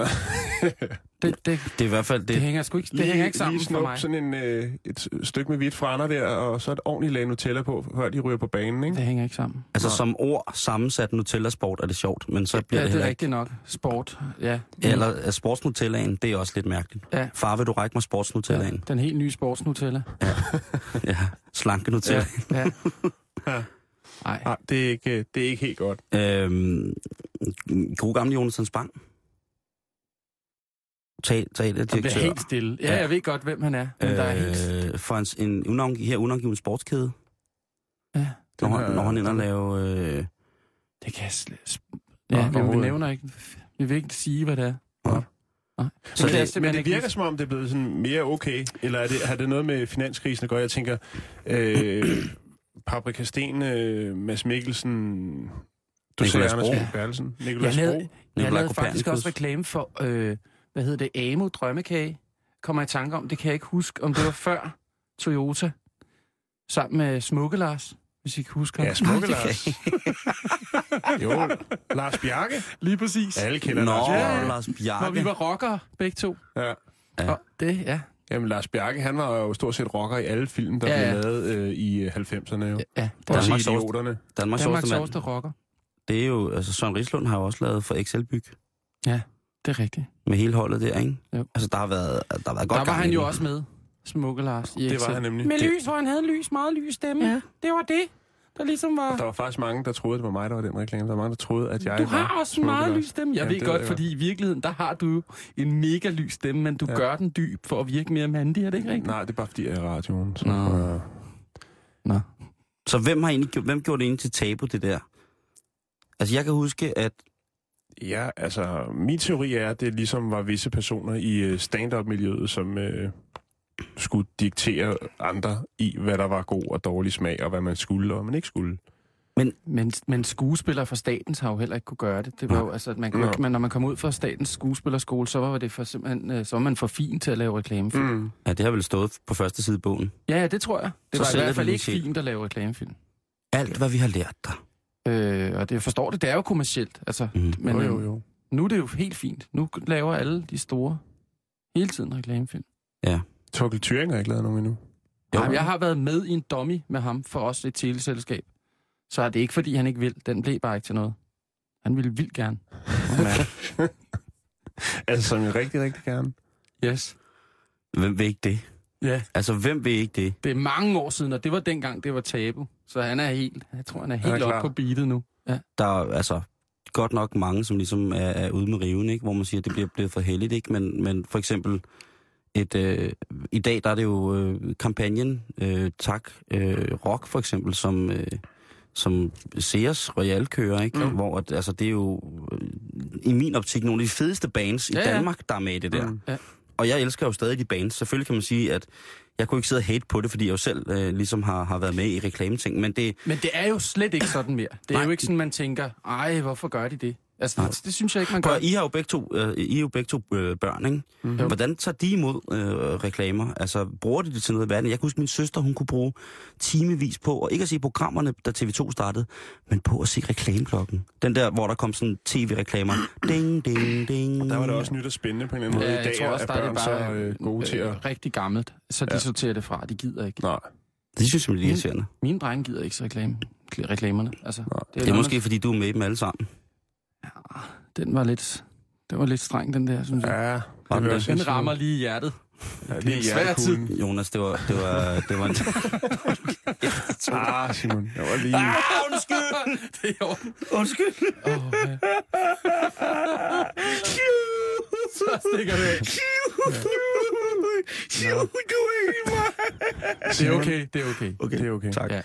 det, det, Det er i hvert fald det, det. hænger sgu ikke, det hænger ikke sammen lige for snup mig. sådan en, øh, et stykke med hvidt franer der, og så et ordentligt lag Nutella på, før de ryger på banen, ikke? Det hænger ikke sammen. Altså som ord sammensat Nutella-sport er det sjovt, men så bliver Ja, det det heller ikke. er rigtigt nok. Sport, ja. Eller øh, sportsnutellaen, det er også lidt mærkeligt. Ja. Far, vil du række mig Ja, sportsnutellaen? den helt nye sportsnutella. Ja. ja. Slanke Nutella. Ja, ja. Ja. Nej, Nej, det er ikke, øh, det er ikke helt godt. Ja. Øhm, god gamle Jonathan Spang. Tag, tag det, det bliver direktør. helt stille. Ja, Ja. jeg ved godt, hvem han er, men øh, der er helt... Øh, for en, en unavngiv, her unavngiven sportskæde, Ja, når, Den han, er- når han ender og lave... Øh, det kan jeg slet... Nå, Ja, men vi overhovedet. nævner ikke... Vi vil ikke sige, hvad det er. så Men det, det er simpelthen Men det ikke virker rigtigt. som om, det er blevet sådan mere okay, eller er det, har det noget med finanskrisen at gøre? Jeg tænker, øh, Paprika Sten, øh, Mads Mikkelsen, du ser Nicolas Anders Bro. Fogh Berlsen, Jeg Nicolas lavede, jeg lavede faktisk Kopernikus. også reklame for, øh, hvad hedder det, Amo Drømmekage, kommer jeg i tanke om. Det kan jeg ikke huske, om det var før Toyota, sammen med Smukke Lars, hvis I kan huske Bro. ham. Ja, Smukke Lars. jo, Lars Bjarke. Lige præcis. Alle kender Nå, Lars ja. Bjarke. Lars Når Bjarke. vi var rockere, begge to. Ja. Ja. Og det, ja. Jamen, Lars Bjarke, han var jo stort set rocker i alle film, der Ja, ja, ja. blev lavet øh, i øh, 90'erne jo. ja. Der er Danmarks Også i sjoveste- Idioterne. Danmarks Danmarks sjoveste mand. sjoveste rocker. Det er jo, altså Søren Rislund har jo også lavet for XL Byg Det er rigtigt. med hele holdet der, ikke? Jo. Altså der har været, der har været godt Der var gang han i jo den. også med, Smukke Lars. I Det var Excel. han nemlig. Med Det- lys, hvor han havde lys, meget lys stemme. Ja. Det var det, der ligesom var... Der var faktisk mange, der troede, det var mig, der var den reklame. Der var mange, der troede, at jeg Du var har også en Smukke meget Lars. lys stemme. Jeg Ja, ja, ved det godt, ved jeg fordi i virkeligheden, der har du jo en mega lys stemme, men du ja. Ja. gør den dyb for at virke mere mandig, er det ikke rigtigt? Nej, det er bare fordi, jeg er i radioen. Så, Nå. øh, Nå. Så hvem har egentlig, gjort- hvem gjorde det egentlig til tabu, det der? Altså jeg kan huske, at Ja, altså, min teori er, at det ligesom var visse personer i øh, stand-up-miljøet, som øh, skulle diktere andre i, hvad der var god og dårlig smag, og hvad man skulle og hvad man ikke skulle. Men, men skuespillere fra statens har jo heller ikke kunne gøre det. Det var jo, altså, at man, kunne, Nå. man, når man kom ud fra statens skuespillerskole, så var, det for, simpelthen, øh, så var man for fin til at lave reklamefilm. Mm. ja, det har vel stået på første side af bogen. Mm. Ja, ja, det tror jeg. Så Det så var i sælger hvert vi fald den ikke selv. fint at lave reklamefilm. Alt, hvad vi har lært dig. Øh, og det, jeg forstår det, det er jo kommercielt. Altså, Mhm. men jo, øh, jo, jo. nu er det jo helt fint. Nu laver alle de store hele tiden reklamefilm. Torkel Thuring har ikke lavet nogen endnu. Jo. Jamen, jeg har været med i en dummy med ham for os et teleselskab. Så er det ikke, fordi han ikke vil. Den blev bare ikke til noget. Han ville vildt gerne. Altså, som jeg rigtig, rigtig gerne. Yes. Hvem vil ikke det? Ja. Altså, hvem vil ikke det? Det er mange år siden, og det var dengang, det var tabu. Så han er helt, jeg tror, han er er helt klar. oppe på beatet nu. Der er altså godt nok mange, som ligesom er, er ude med riven, ikke? Hvor man siger, at det bliver blevet for heldigt, ikke? Men, men for eksempel, et, øh, i dag der er det jo øh, kampagnen øh, Tak øh, Rock, for eksempel, som... Øh, som Sears Royal kører, ikke? Mm. Hvor at, altså, det er jo øh, i min optik nogle af de fedeste bands i Ja, ja, ja. Danmark, der er med i det der. Mm. Ja. Og jeg elsker jo stadig de bands. Selvfølgelig kan man sige, at jeg kunne ikke sidde og hate på det, fordi jeg jo selv øh, ligesom har, har været med i reklameting. Men det, Men det er jo slet ikke sådan mere. Det er Nej. jo ikke sådan, man tænker, ej, hvorfor gør de det? Altså, det, det synes jeg ikke, man gør. Prøv, I har jo begge to, øh, I er jo begge to øh, børn, Mhm. ikke? Mm. Hvordan tager de imod øh, reklamer? Altså, bruger de det til noget i verden? Jeg kan huske, min søster, hun kunne bruge timevis på, og ikke at se programmerne, da TV2 startede, men på at se reklameklokken. Den der, hvor der kom sådan tv-reklamer. Ding, ding, ding. Der var det også nyt og spændende på en eller anden måde. I Ja, Øh, jeg dag tror også, er der er det børn bare så øh, gode til at... rigtig gammelt, så de ja. sorterer det fra. De gider ikke. Nej. Det synes Mhm. jeg, det er irriterende. Mine drenge gider ikke så reklame, reklamerne. Altså, det, Det er måske, fordi du er med i dem alle sammen. Den var lidt, den var lidt streng, den der, synes jeg. Ja, Var det den vil der? jeg også Den sige. rammer lige i hjertet. Ja, det er en svær hjertekuglen. Jonas, det var... Det var, det var en... Ah, Simon. Jeg var lige... Ah, Ah, Undskyld! Det er jo... Undskyld! Oh, ja. Så stikker det af. Det er okay, det er okay. Okay, Det er okay. Tak. Ja.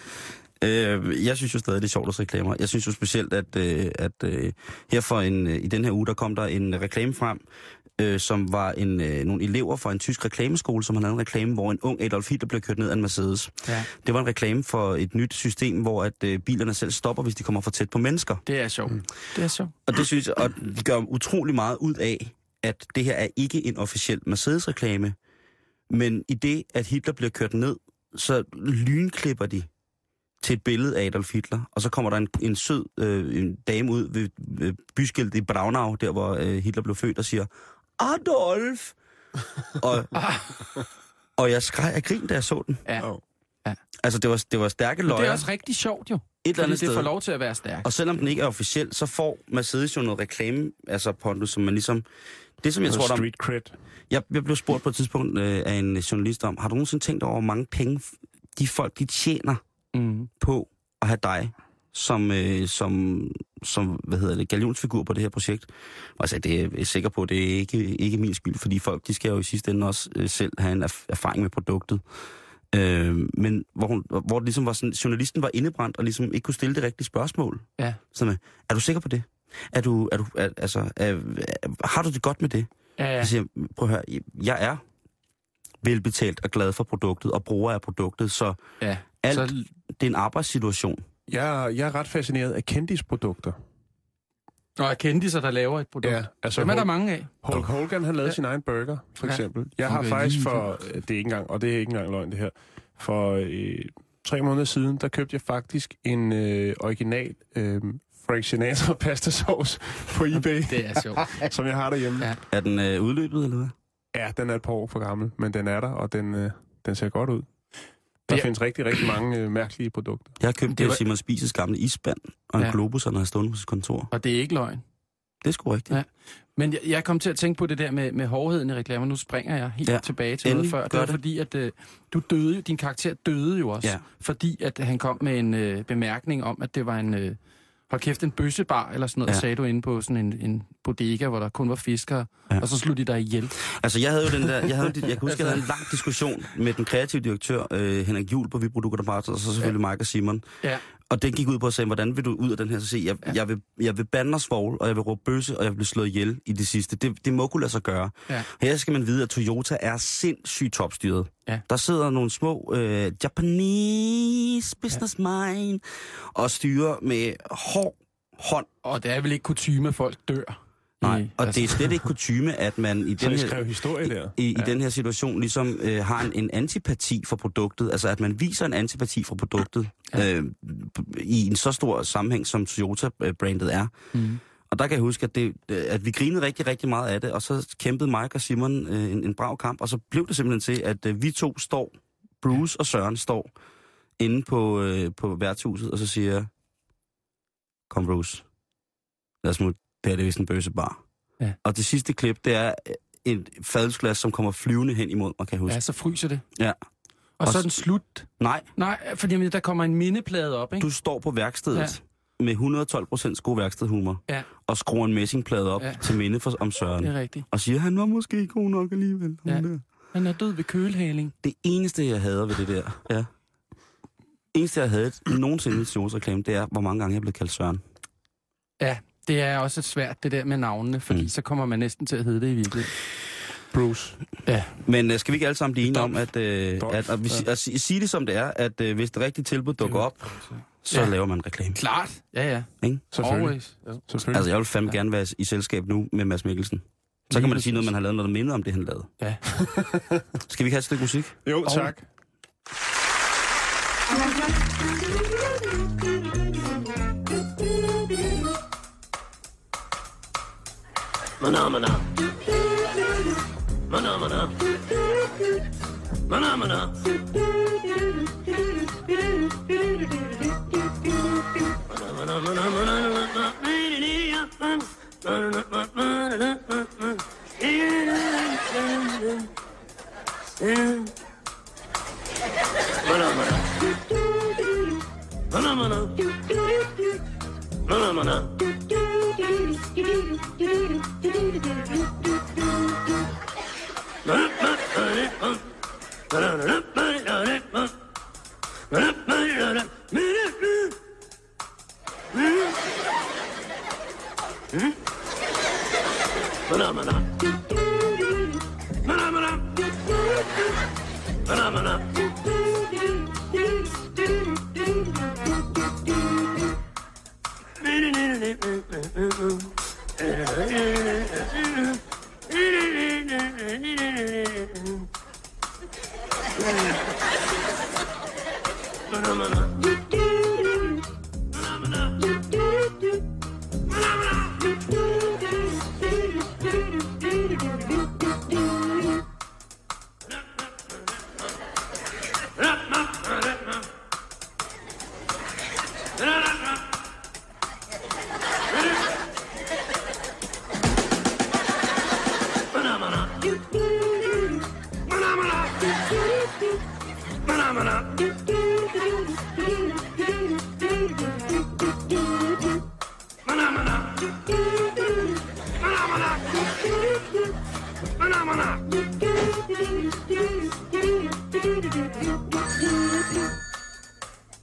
Øh, jeg synes jo stadig, det er sjovt at se reklamer. Jeg synes jo specielt, at, øh, at øh, her for en, øh, i den her uge, der kom der en reklame frem, øh, som var en, øh, nogle elever fra en tysk reklameskole, som havde lavet en reklame, hvor en ung Adolf Hitler blev kørt ned af en Mercedes. Ja. Det var en reklame for et nyt system, hvor at øh, bilerne selv stopper, hvis de kommer for tæt på mennesker. Det er Mm. sjovt. Det er sjovt. Og det synes jeg, og de gør utrolig meget ud af, at det her er ikke en officiel Mercedes-reklame, men i det, at Hitler bliver kørt ned, så lynklipper de til et billede af Adolf Hitler, og så kommer der en, en sød øh, en dame ud ved øh, byskiltet i Braunau, der hvor øh, Hitler blev født, og siger, Adolf! og, Ah. og jeg skreg af grin, da jeg så den. Ja. Ja. Altså, det var, det var stærke løjer. Det er også rigtig sjovt, jo. et eller Fordi andet det får sted. lov til at være stærkt. Og selvom den ikke er officiel, så får Mercedes jo noget reklame, altså pondus, som man ligesom... Det som jeg tror, der... Street cred. Jeg, jeg blev spurgt på et tidspunkt øh, af en journalist om, har du nogensinde tænkt over, hvor mange penge f- de folk, de tjener Mm. på at have dig som, øh, som, som hvad hedder det, galionsfigur på det her projekt? Og jeg sagde, det er jeg sikker på, det er ikke, ikke min skyld, fordi folk, de skal jo i sidste ende også øh, selv have en erf- erfaring med produktet. Øh, men hvor, hun, hvor det ligesom var sådan, journalisten var indebrændt og ligesom ikke kunne stille det rigtige spørgsmål. Ja. Sådan, med, er du sikker på det? Er du, er du, er, altså, er, er, har du det godt med det? Ja. Jeg siger, prøv at høre, jeg er velbetalt og glad for produktet og bruger af produktet, så ja. alt, Så så... det er en arbejdssituation. Jeg, jeg er ret fascineret af kendisprodukter. Og kendtiser, der laver et produkt. Ja. altså Dem er der Hulk- mange af. Hulk Hogan, han lavede Ja. ja. sin egen burger, for Ja. eksempel. Jeg har Fuck, faktisk lige for, det er ikke engang, og det er ikke engang løgn det her, for øh, tre måneder siden, der købte jeg faktisk en øh, original øh, Frank Sinatra pastasauce på eBay, Det er sjovt. som jeg har derhjemme. Ja. Ja. Er den øh, udløbet, eller hvad? ja, den er et par år for gammel, men den er der, og den, øh, den ser godt ud. Der Ja. ja. findes rigtig, rigtig mange øh, mærkelige produkter. Jeg har købt Det det, var- var... Simon Spises gamle isband og en Ja. ja. globus, han har stående på sit kontor. Og det er ikke løgn. Det er sgu rigtigt. Ja. Men jeg, jeg kom til at tænke på det der med, med hårdheden i reklamer. Nu springer jeg helt ja. Ja, tilbage til noget endelig før. Det gør var det. fordi, at øh, du døde, jo- din karakter døde jo også. Ja. Fordi at han kom med en øh, bemærkning om, at det var en... Øh, hold kæft, en bøssebar eller sådan noget, ja. Ja. sagde du inde på sådan en, en bodega, hvor der kun var fiskere, ja. Ja. og så slog de dig ihjel. Altså, jeg havde jo den der, jeg, havde, jeg kan huske, jeg havde Altså- en lang diskussion med den kreative direktør, øh, Henrik Juhl på Vibro Dukker og så selvfølgelig ja. Mike og Simon. Ja. Og den gik ud på at sige, hvordan vil du ud af den her? Så sige, jeg, ja. jeg, vil, jeg vil bande og svogl, og jeg vil råbe bøsse, og jeg vil blive slået ihjel i det sidste. Det, det må kunne lade sig gøre. Ja. Her skal man vide, at Toyota er sindssygt topstyret. Ja. Der sidder nogle små øh, Japanese business ja. mind og styrer med hård hånd. Og det er vel ikke kutume, at folk dør. Nej, I- altså, og det er slet ikke kutyme, at man altså. i Så den jeg her skrev historie der. i, ja. i den her situation ligesom øh, har en, en antipati for produktet, altså at man viser en antipati for produktet ja. øh, i en så stor sammenhæng, som Toyota-brandet er. Mhm. Mm. Og der kan jeg huske, at, det, øh, at vi grinede rigtig, rigtig meget af det, og så kæmpede Mike og Simon øh, en, en brav kamp, og så blev det simpelthen til, at øh, vi to står, Bruce og Søren står, inde på, øh, på værtshuset, og så siger jeg, kom Bruce, lad os smutte, det her det er vist en bøsebar. Ja. Og det sidste klip, det er et fadelsglas, som kommer flyvende hen imod mig, kan jeg huske. Ja, så fryser det. Ja. Og, og Og så er s- den slut. Nej, Nej, fordi jamen, der kommer en mindeplade op, ikke? du står på værkstedet ja. med 112 procents god værkstedhumor Ja. og skruer en messingplade op Ja. ja. til minde for, om Søren. Det er rigtigt. Og siger, han var måske ikke god nok alligevel. Ja. Ja. Der. Han er død ved kølehaling. Det eneste, jeg hader ved det der, ja. eneste, jeg havde nogensinde i Sjovs reklame, det er, hvor mange gange jeg blev kaldt Søren. Ja, det er også svært, det der med navnene, fordi mm. Mm. så kommer man næsten til at hedde det i virkeligheden. Bruce. Men øh, skal vi ikke alle sammen blive enige Dolph. om, at, øh, Dolph, at, at, at, at, at sige det som det er, at øh, hvis det rigtige tilbud dukker op, så Ja. ja. laver man reklame. Klart. Ja, ja. Ikke? Selvfølgelig. Always. Ja. Selvfølgelig. Altså, jeg vil fandme gerne være i selskab nu med Mads Mikkelsen. Så kan man da sige noget, man har lavet, når der minder om det, han lavede. Ja. Skal vi ikke have et stykke musik? Jo, tak.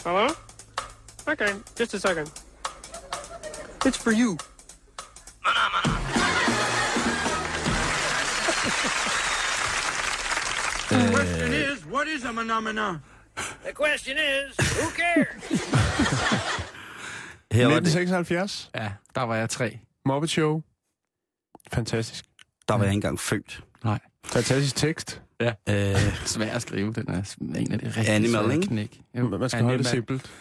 Hello? Okay, just a second. It's for you. Her var det, 1976. ja, der var jeg tre. Muppet Show. Fantastisk. der var jeg ikke engang født. Nej. Fantastisk tekst. Øh, Svær at skrive, den er en af de rigtig Animal, svære ikke? knæk. Jo, Man skal holde det Animal. simpelt.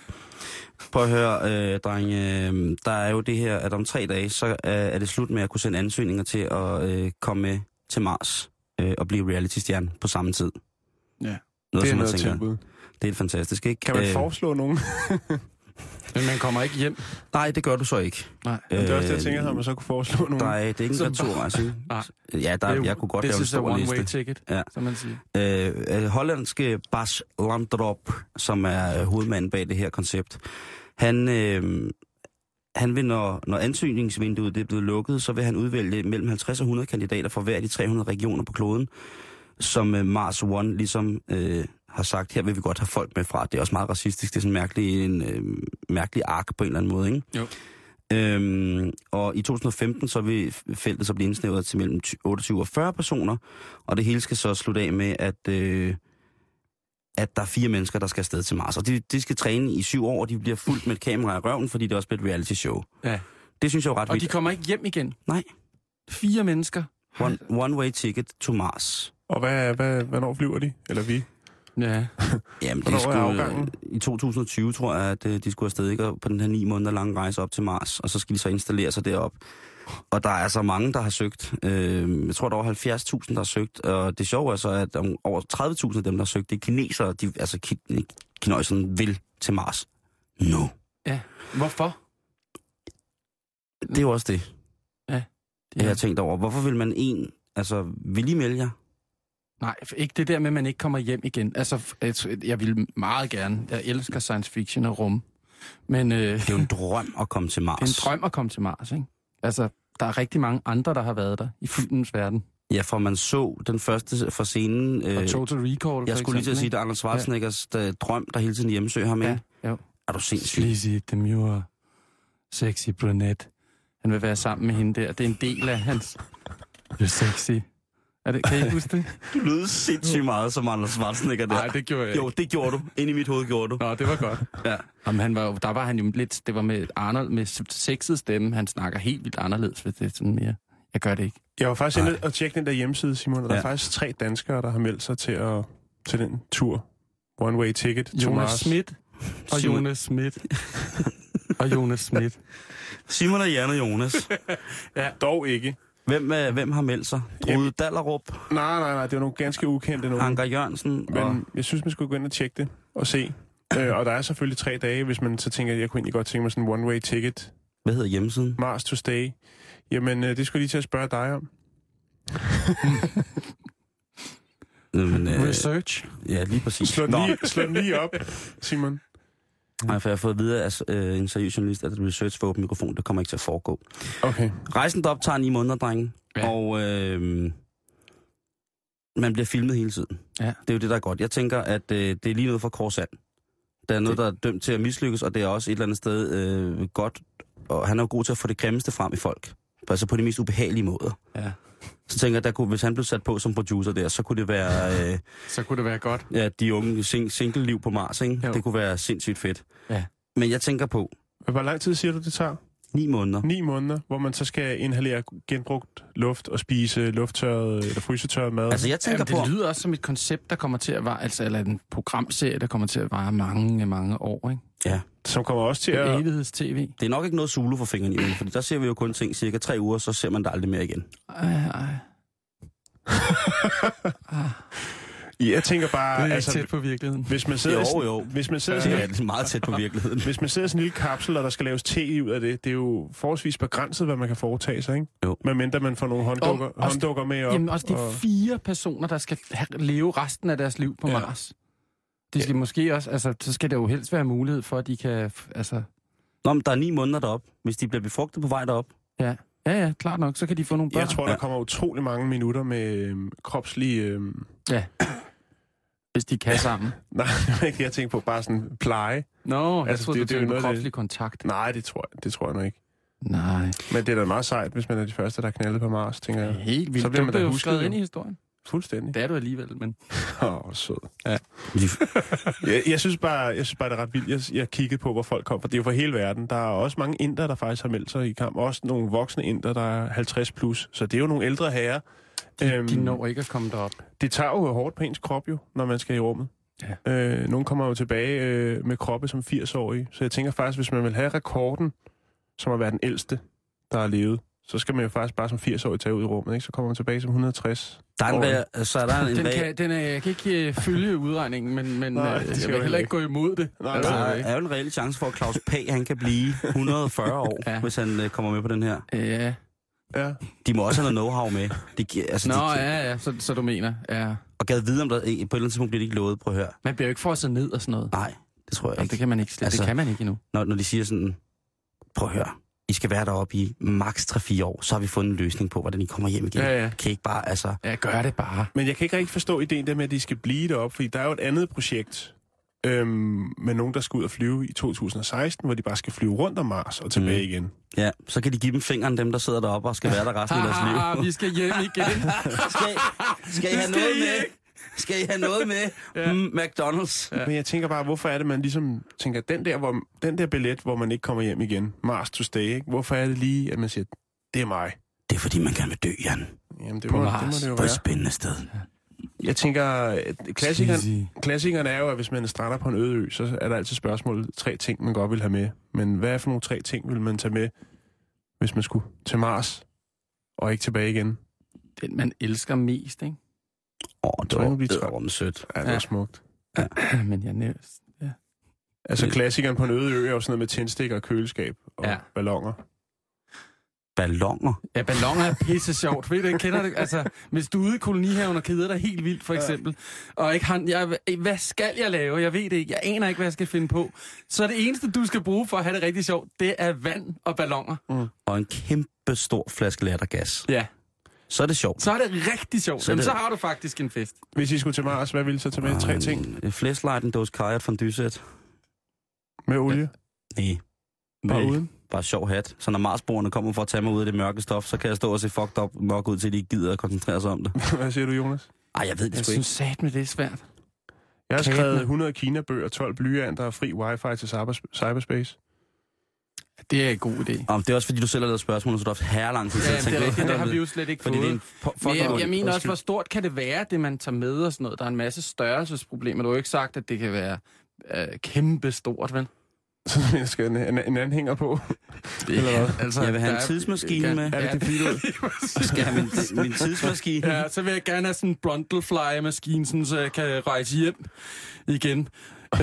Prøv at høre, øh, dreng. Øh, der er jo det her, at om tre dage, så er, er det slut med at kunne sende ansøgninger til at øh, komme med til Mars øh, og blive reality-stjerne på samme tid. Ja. Noget, Det er som man noget tænker, tilbud. det er fantastisk, ikke? Øh, Kan man foreslå nogen? Men man kommer ikke hjem. Nej, det gør du så ikke. Nej. Men det er også det, jeg tænker, at man så kunne foreslå nogen. øh, Nej, det er ikke en returrejse. Nej. ja, der, jeg kunne godt lave en This is a stor liste. one-way ticket, Ja. ja. som man siger. Øh, øh, hollandske Bas Landrop, som er øh, hovedmanden bag det her koncept, han, øh, han vil, når, når ansøgningsvinduet det er blevet lukket, så vil han udvælge mellem 50 og 100 kandidater fra hver af de 300 regioner på kloden, som øh, Mars One ligesom øh, har sagt, her vil vi godt have folk med fra. Det er også meget racistisk, det er sådan en mærkelig, en, øh, mærkelig ark på en eller anden måde, ikke? Jo. Øhm, og i 2015 så vil feltet så blive indsnævret til mellem ty- 28 og 40 personer, og det hele skal så slutte af med, at, øh, at der er fire mennesker, der skal afsted til Mars. Og de, de skal træne i syv år, og de bliver fuldt med et kamera i røven, fordi det er også bliver et reality show. Ja. Det synes jeg jo ret Og de vildt. kommer ikke hjem igen. Nej. Fire mennesker. One, one way ticket to Mars. Og hvad, hvad, hvornår flyver de? Eller vi? Ja. Jamen, det Hvornår er skulle, øh, afgangen? I 2020 tror jeg, at øh, de skulle afsted ikke, Og på den her ni måneder lange rejse op til Mars, og så skal de så installere sig derop. Og der er så mange, der har søgt. Øh, jeg tror, der var 70.000, der har søgt. Og det sjove er så, at om over 30.000 af dem, der har søgt, det er kinesere. De, altså, ki- kineserne vil til Mars. No. Hvorfor? Det er jo også det, jeg har Ja. tænkt over. Hvorfor vil man en... Altså, vil I melde jer? Nej, for ikke det der med, at man ikke kommer hjem igen. Altså, f- jeg- jeg vil meget gerne. Jeg elsker science fiction og rum. Men øh, det Det er jo en drøm at komme til Mars. er en drøm at komme til Mars, ikke? Altså, der er rigtig mange andre, der har været der i filmens verden. Ja, for man så den første fra scenen... Og Øh, Total Recall, jeg for skulle lige til at sige, eksempel, det er Arnold Schwarzeneggers ja. drøm, der hele tiden hjemmesøger ham, ikke? ikke? Ja, jo. Er du sindssyg? Sleazy demure, sexy brunette. Han vil være sammen med hende der. Det er en del af hans... You're sexy Er det, kan I huske det? Du lød sindssygt meget som Anders Schwarzenegger der. Nej, det gjorde jeg Jo, ikke. Mm. det gjorde du. Ind i mit hoved gjorde du. Nå, det var godt. Ja. Jamen, han var, jo- der var han jo lidt... Det var med Arnold med sexet stemme. Han snakker helt vildt anderledes, hvis det er sådan mere... Jeg gør det ikke. Jeg var faktisk inde og tjekke den der hjemmeside, Simon, og der ja. Ja. er faktisk tre danskere, der har meldt sig til, at, til den tur. One Way Ticket to Jonas Mars. Schmidt og Simon. Jonas Schmidt. og Jonas Schmidt. Simon og Jan og Jonas. Dog ikke. Hvem, øh, hvem har meldt sig? Drude Dallerup, Nej, nej, nej, det var nogle ganske ukendte nogen. Anker Jørgensen Men og... jeg synes, man skulle gå ind og tjekke det og se. øh, og der er selvfølgelig tre dage, hvis man så tænker, at jeg kunne egentlig godt tænke mig sådan en one-way ticket. Hvad hedder hjemmesiden? Mars to stay. Jamen, øh, det skulle jeg lige til at spørge dig om. Jamen, øh, Research. ja, lige præcis. Slå den, Nå. lige, slå den lige op, Simon. Nej, for jeg har fået at vide af øh, en seriøs journalist, at research for åben mikrofon, det kommer ikke til at foregå. Okay. Rejsen derop tager ni måneder, drenge. Ja. Ja. Og øh, man bliver filmet hele tiden. Ja. Det er jo det, der er godt. Jeg tænker, at øh, det er lige noget for Korsand. Der er noget, der er dømt til at mislykkes, og det er også et eller andet sted øh, godt. Og han er jo god til at få det grimmeste frem i folk. Altså på de mest ubehagelige måder. Ja. Så tænker jeg, der kunne, hvis han blev sat på som producer der, så kunne det være øh, Så kunne det være godt. ja, de unge sing- single-liv på Mars, ikke? Jo. Det kunne være sindssygt fedt. Ja. Men jeg tænker på, Hvor lang tid siger du, det tager? ni måneder, Ni måneder, hvor man så skal inhalere genbrugt luft og spise lufttørret eller frysetørret mad. Altså, jeg tænker Jamen, på... det lyder også som et koncept, der kommer til at vare, altså eller en programserie, der kommer til at vare mange, mange år, ikke? Ja. som kommer også til Det er at... evigheds-tv. Det er nok ikke noget Zulu for fingeren i, men fordi der ser vi jo kun ting cirka tre uger, så ser man det aldrig mere igen. Ej, ej. Jeg tænker bare, altså, på virkeligheden. hvis man sidder, i Jo, sådan- jo. Hvis man sidder Det i sådan er altså meget tæt på virkeligheden. Hvis man sidder i sådan en lille kapsel, og der skal laves te ud af det, det er jo forholdsvis begrænset, hvad man kan foretage sig, ikke? Jo. Medmindre man får nogle hånddukker, også- og, hånddukker med op. Jamen også de og, fire personer, der skal ha- leve resten af deres liv på Ja. ja. Mars. De skal ja. måske også, altså, så skal der jo helst være mulighed for, at de kan, f- altså... Nå, men der er ni måneder derop. Hvis de bliver befrugtet på vej derop, Ja, ja, klart nok, så kan de få nogle børn. jeg tror, der Ja. kommer utrolig mange minutter med øhm, kropslige... Øhm, Hvis de kan sammen. nej, det var ikke det, jeg tænkte på. Bare sådan pleje. Nå, jeg Altså, altså, tror, det- det, det er det, jo det er noget, en det- kropslig kontakt. Nej, det tror jeg, det tror jeg nu ikke. Nej, Men det er da meget sejt, hvis man er de første, der er knaldet på Mars, tænker jeg. helt vildt. Så Så bliver bliver man det da er jo husket, skrevet jo. ind i historien. Fuldstændig. Det er du alligevel, men... Åh, oh, sød. Ja. jeg, jeg, synes bare, jeg synes bare, det er ret vildt. Jeg, jeg kiggede på, hvor folk kom fra. Det er jo fra hele verden. Der er også mange indere, der faktisk har meldt sig i kamp. Også nogle voksne indere, der er 50 plus. Så det er jo nogle ældre herrer. De, øhm, de når ikke at komme derop. Det tager jo hårdt på ens krop jo, når man skal i rummet. Ja. Øh, nogle kommer jo tilbage øh, med kroppe som 80-årige. Så jeg tænker faktisk, hvis man vil have rekorden, som at være den ældste, der har levet, så skal man jo faktisk bare som 80-årig tage ud i rummet. Ikke? Så kommer man tilbage som 160. der er en Åh, ja. vær, så er der en Den vær, kan, den er, jeg kan ikke øh, følge udregningen, men, men Nej, Nej, det øh, skal jeg du vil heller heller ikke. ikke gå imod det. Nej, der nej. altså, er jo en reel chance for, at Claus Pag, han kan blive 140 år, Ja. ja. hvis han øh, kommer med på den her. øh, Ja. Ja. De må også have noget know-how med. De, gi- altså, Nå, de, ja, ja, så, så du mener. Ja. Og gad vide, om der, øh, på et eller andet tidspunkt bliver de ikke lovet. Prøv at høre. Man bliver jo ikke frosset ned og sådan noget. Nej, det tror jeg Jamen, det ikke. kan man ikke slet. Altså- Altså, det kan man ikke endnu. Når, når de siger sådan, prøv at høre, I skal være deroppe i maks 3-4 år, så har vi fundet en løsning på, hvordan I kommer hjem igen. Ja, ja. Kan I ikke bare, altså... Ja, gør det bare. Men jeg kan ikke rigtig forstå ideen der med, at de skal blive deroppe, fordi der er jo et andet projekt øhm, med nogen, der skal ud og flyve i 2016, hvor de bare skal flyve rundt om Mars og tilbage mm. igen. Ja, så kan de give dem fingeren, dem der sidder deroppe og skal være der resten af deres liv. Ah, vi skal hjem igen. Skal, I- skal I have skal noget I med? Skal I have noget med? ja. mm, McDonald's. Ja. Men jeg tænker bare, hvorfor er det, man ligesom tænker, den der, hvor, den der billet, hvor man ikke kommer hjem igen, Mars to stay, ikke? hvorfor er det lige, at man siger, det er mig? Det er fordi, man gerne vil dø, Jan. Jamen, det På må, det, må Mars. det jo På et være. spændende sted. Jeg tænker, at klassikeren, Cheesy. klassikeren er jo, at hvis man strander på en øde ø, så er der altid spørgsmålet, tre ting, man godt vil have med. Men hvad er for nogle tre ting, vil man tage med, hvis man skulle til Mars og ikke tilbage igen? Den, man elsker mest, ikke? Åh, oh, det tror, jeg bliver træt. var om sødt. Ja, det Ja. er smukt. Men jeg nævst. Altså Det- klassikeren på en øde ø er jo sådan noget med tændstikker og køleskab og ja. Ja. ballonger. Ballonger. Ja, ballonger er pisse sjovt. Ved du, jeg kender det. Altså, hvis du er ude i kolonihaven og keder dig helt vildt, for eksempel, og ikke han, jeg, hvad skal jeg lave? Jeg ved det ikke. Jeg aner ikke, hvad jeg skal finde på. Så det eneste, du skal bruge for at have det rigtig sjovt, det er vand og ballonger. Og en kæmpe stor flaske lattergas. Ja. Så er det sjovt. Så er det rigtig sjovt. Så Så, er Jamen, det- så har du faktisk en fest. Hvis I skulle til Mars, hvad ville I så tage med? Tre ting En flashlight, en dåse kajat fra en dysæt. med olie Nej. og uden? bare sjov hat. Så når marsborerne kommer for at tage mig ud af det mørke stof, så kan jeg stå og se fucked up nok ud, til de ikke gider at koncentrere sig om det. Hvad siger du, Jonas? Ej, jeg ved det Jeg sgu synes ikke. sat med det er svært. Jeg har Kagen. skrevet 100 Kina-bøger, 12 blyanter og fri wifi til cyber- cyberspace. Det er en god idé. Om, det er også fordi, du selv har lavet spørgsmål, så du har haft herre lang tid til Ja, at det tænke er "Åh, rigtigt. Det har helvede." vi jo slet ikke Fordi det er en fået. po- Men jeg, fucking- jeg mener også, undskyld. hvor stort kan det være, det man tager med og sådan noget? Der er en masse størrelsesproblemer. Du har jo ikke sagt, at det kan være øh, kæmpe stort, vel? Så jeg skal en, en, en anhænger på. Det, altså, Jeg vil have en der er- tidsmaskine Ja, med. Er det ja. det fint ud? Jeg skal have min, min tidsmaskine. Ja, så vil jeg gerne have sådan en Brundtlefly-maskine, sådan, så jeg kan rejse hjem igen.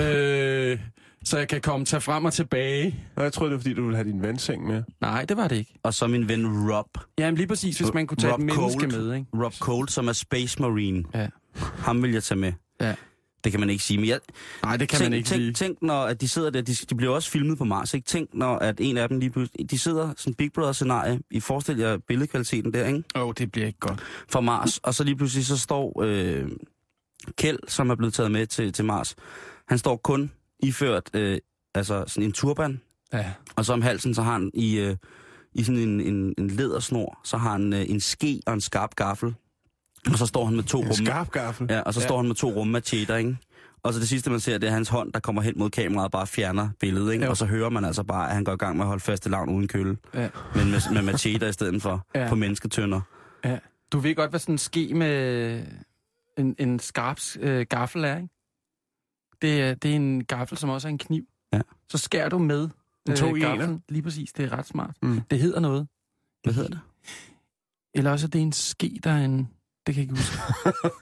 Øh, så jeg kan komme tage frem og tilbage. Nå, jeg troede, det var, fordi du ville have din vandseng med. Nej, det var det ikke. Og så min ven Rob. Jamen lige præcis, hvis man kunne tage Rob et menneske Colt. med, ikke? Rob Cole, som er Space Marine. Ja. Ham vil jeg tage med. Ja. Det kan man ikke sige. Men jeg, Nej, det kan tænk, man ikke tænk, sige. tænk, når at de sidder der, de, de bliver også filmet på Mars, ikke? Tænk, når at en af dem lige pludselig, de sidder sådan Big Brother-scenarie, I forestiller jer billedkvaliteten der, ikke? Åh, oh, det bliver ikke godt. Fra Mars, og så lige pludselig så står øh, Kjeld, som er blevet taget med til, til Mars, han står kun iført øh, altså sådan en turban, Ja. og så om halsen, så har han i, øh, i sådan en, en, en ledersnor, så har han øh, en ske og en skarp gaffel, og så står han med to En rumme, skarp gaffel. Ja, og så ja. står han med to rummacheter, ikke? Og så det sidste, man ser, det er hans hånd, der kommer hen mod kameraet og bare fjerner billedet, ikke? Jo. Og så hører man altså bare, at han går i gang med at holde fast i lavn uden kølle, Ja. men med, med macheter i stedet for, Ja. ja. på mennesketønder. ja. Du ved godt, hvad sådan en ske med en, en skarp øh, gaffel er, ikke? Det er, det er en gaffel, som også er en kniv. Ja. Så skærer du med En to i ener. gaffelen. Lige præcis, det er ret smart. Mm. Det hedder noget. Hvad hedder det? Eller også, at det er en ske, der er en... Det kan jeg ikke huske.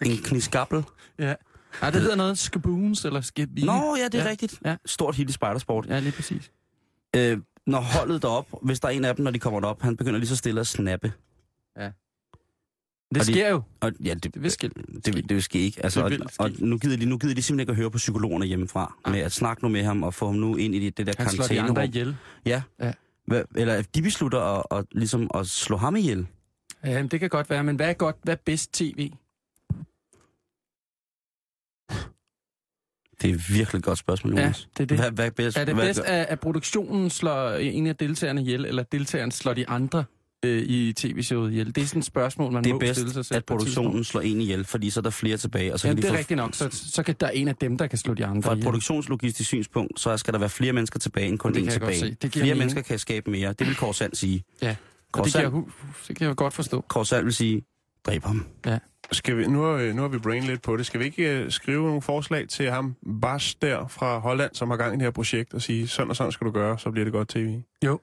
En kniskappel. ja. Nej, det hedder noget skaboons eller skabine. Nå, ja, det er Ja. ja. rigtigt. Ja. Ja. Stort hit i Spidersport. Ja, lige præcis. Øh, når holdet derop, hvis der er en af dem, når de kommer derop, han begynder lige så stille at snappe. Det Og de- sker jo. Og, ja, det, Det vil ske. det, vil- det vil ske ikke. Altså, Det det vil vil ske. og, og nu, gider de, nu gider de simpelthen ikke at høre på psykologerne hjemmefra. Nej. Med at snakke nu med ham og få ham nu ind i det, det der Han slår de karantænerum. andre ihjel. Hvad, eller at de beslutter at, at, ligesom at slå ham ihjel. Ja, Jamen, det kan godt være, men hvad er godt? Hvad er bedst tv? Det er et virkelig godt spørgsmål, Ja, Jonas. det er det. Hvad, hvad er bedst? Er det hvad, bedst, at, at produktionen slår en af deltagerne ihjel, eller deltageren slår de andre øh, i tv-showet ihjel? Det er sådan et spørgsmål, man det må er stille sig bedst, selv. at på et produktionen slår en ihjel, fordi så er der flere tilbage. Og så tidspunkt. Jamen, kan det de er få, rigtigt nok. Så, så kan der er en af dem, der kan slå de andre Fra et ihjel. produktionslogistisk synspunkt, så skal der være flere mennesker tilbage end kun Det én kan jeg godt tilbage. se. Det flere giver mening. mennesker kan skabe mere. Det vil Korsand sige. Ja, og det kan, jeg, Korsand, hu- hu- det kan jeg godt forstå. Korsand vil sige, dræb ham. Skal vi, nu, har, øh, nu har vi brain lidt på det. Skal vi ikke øh, skrive nogle forslag til ham, Bas der fra Holland, som har gang i det her projekt, og sige, sådan og sådan skal du gøre, så bliver det godt tv. Jo.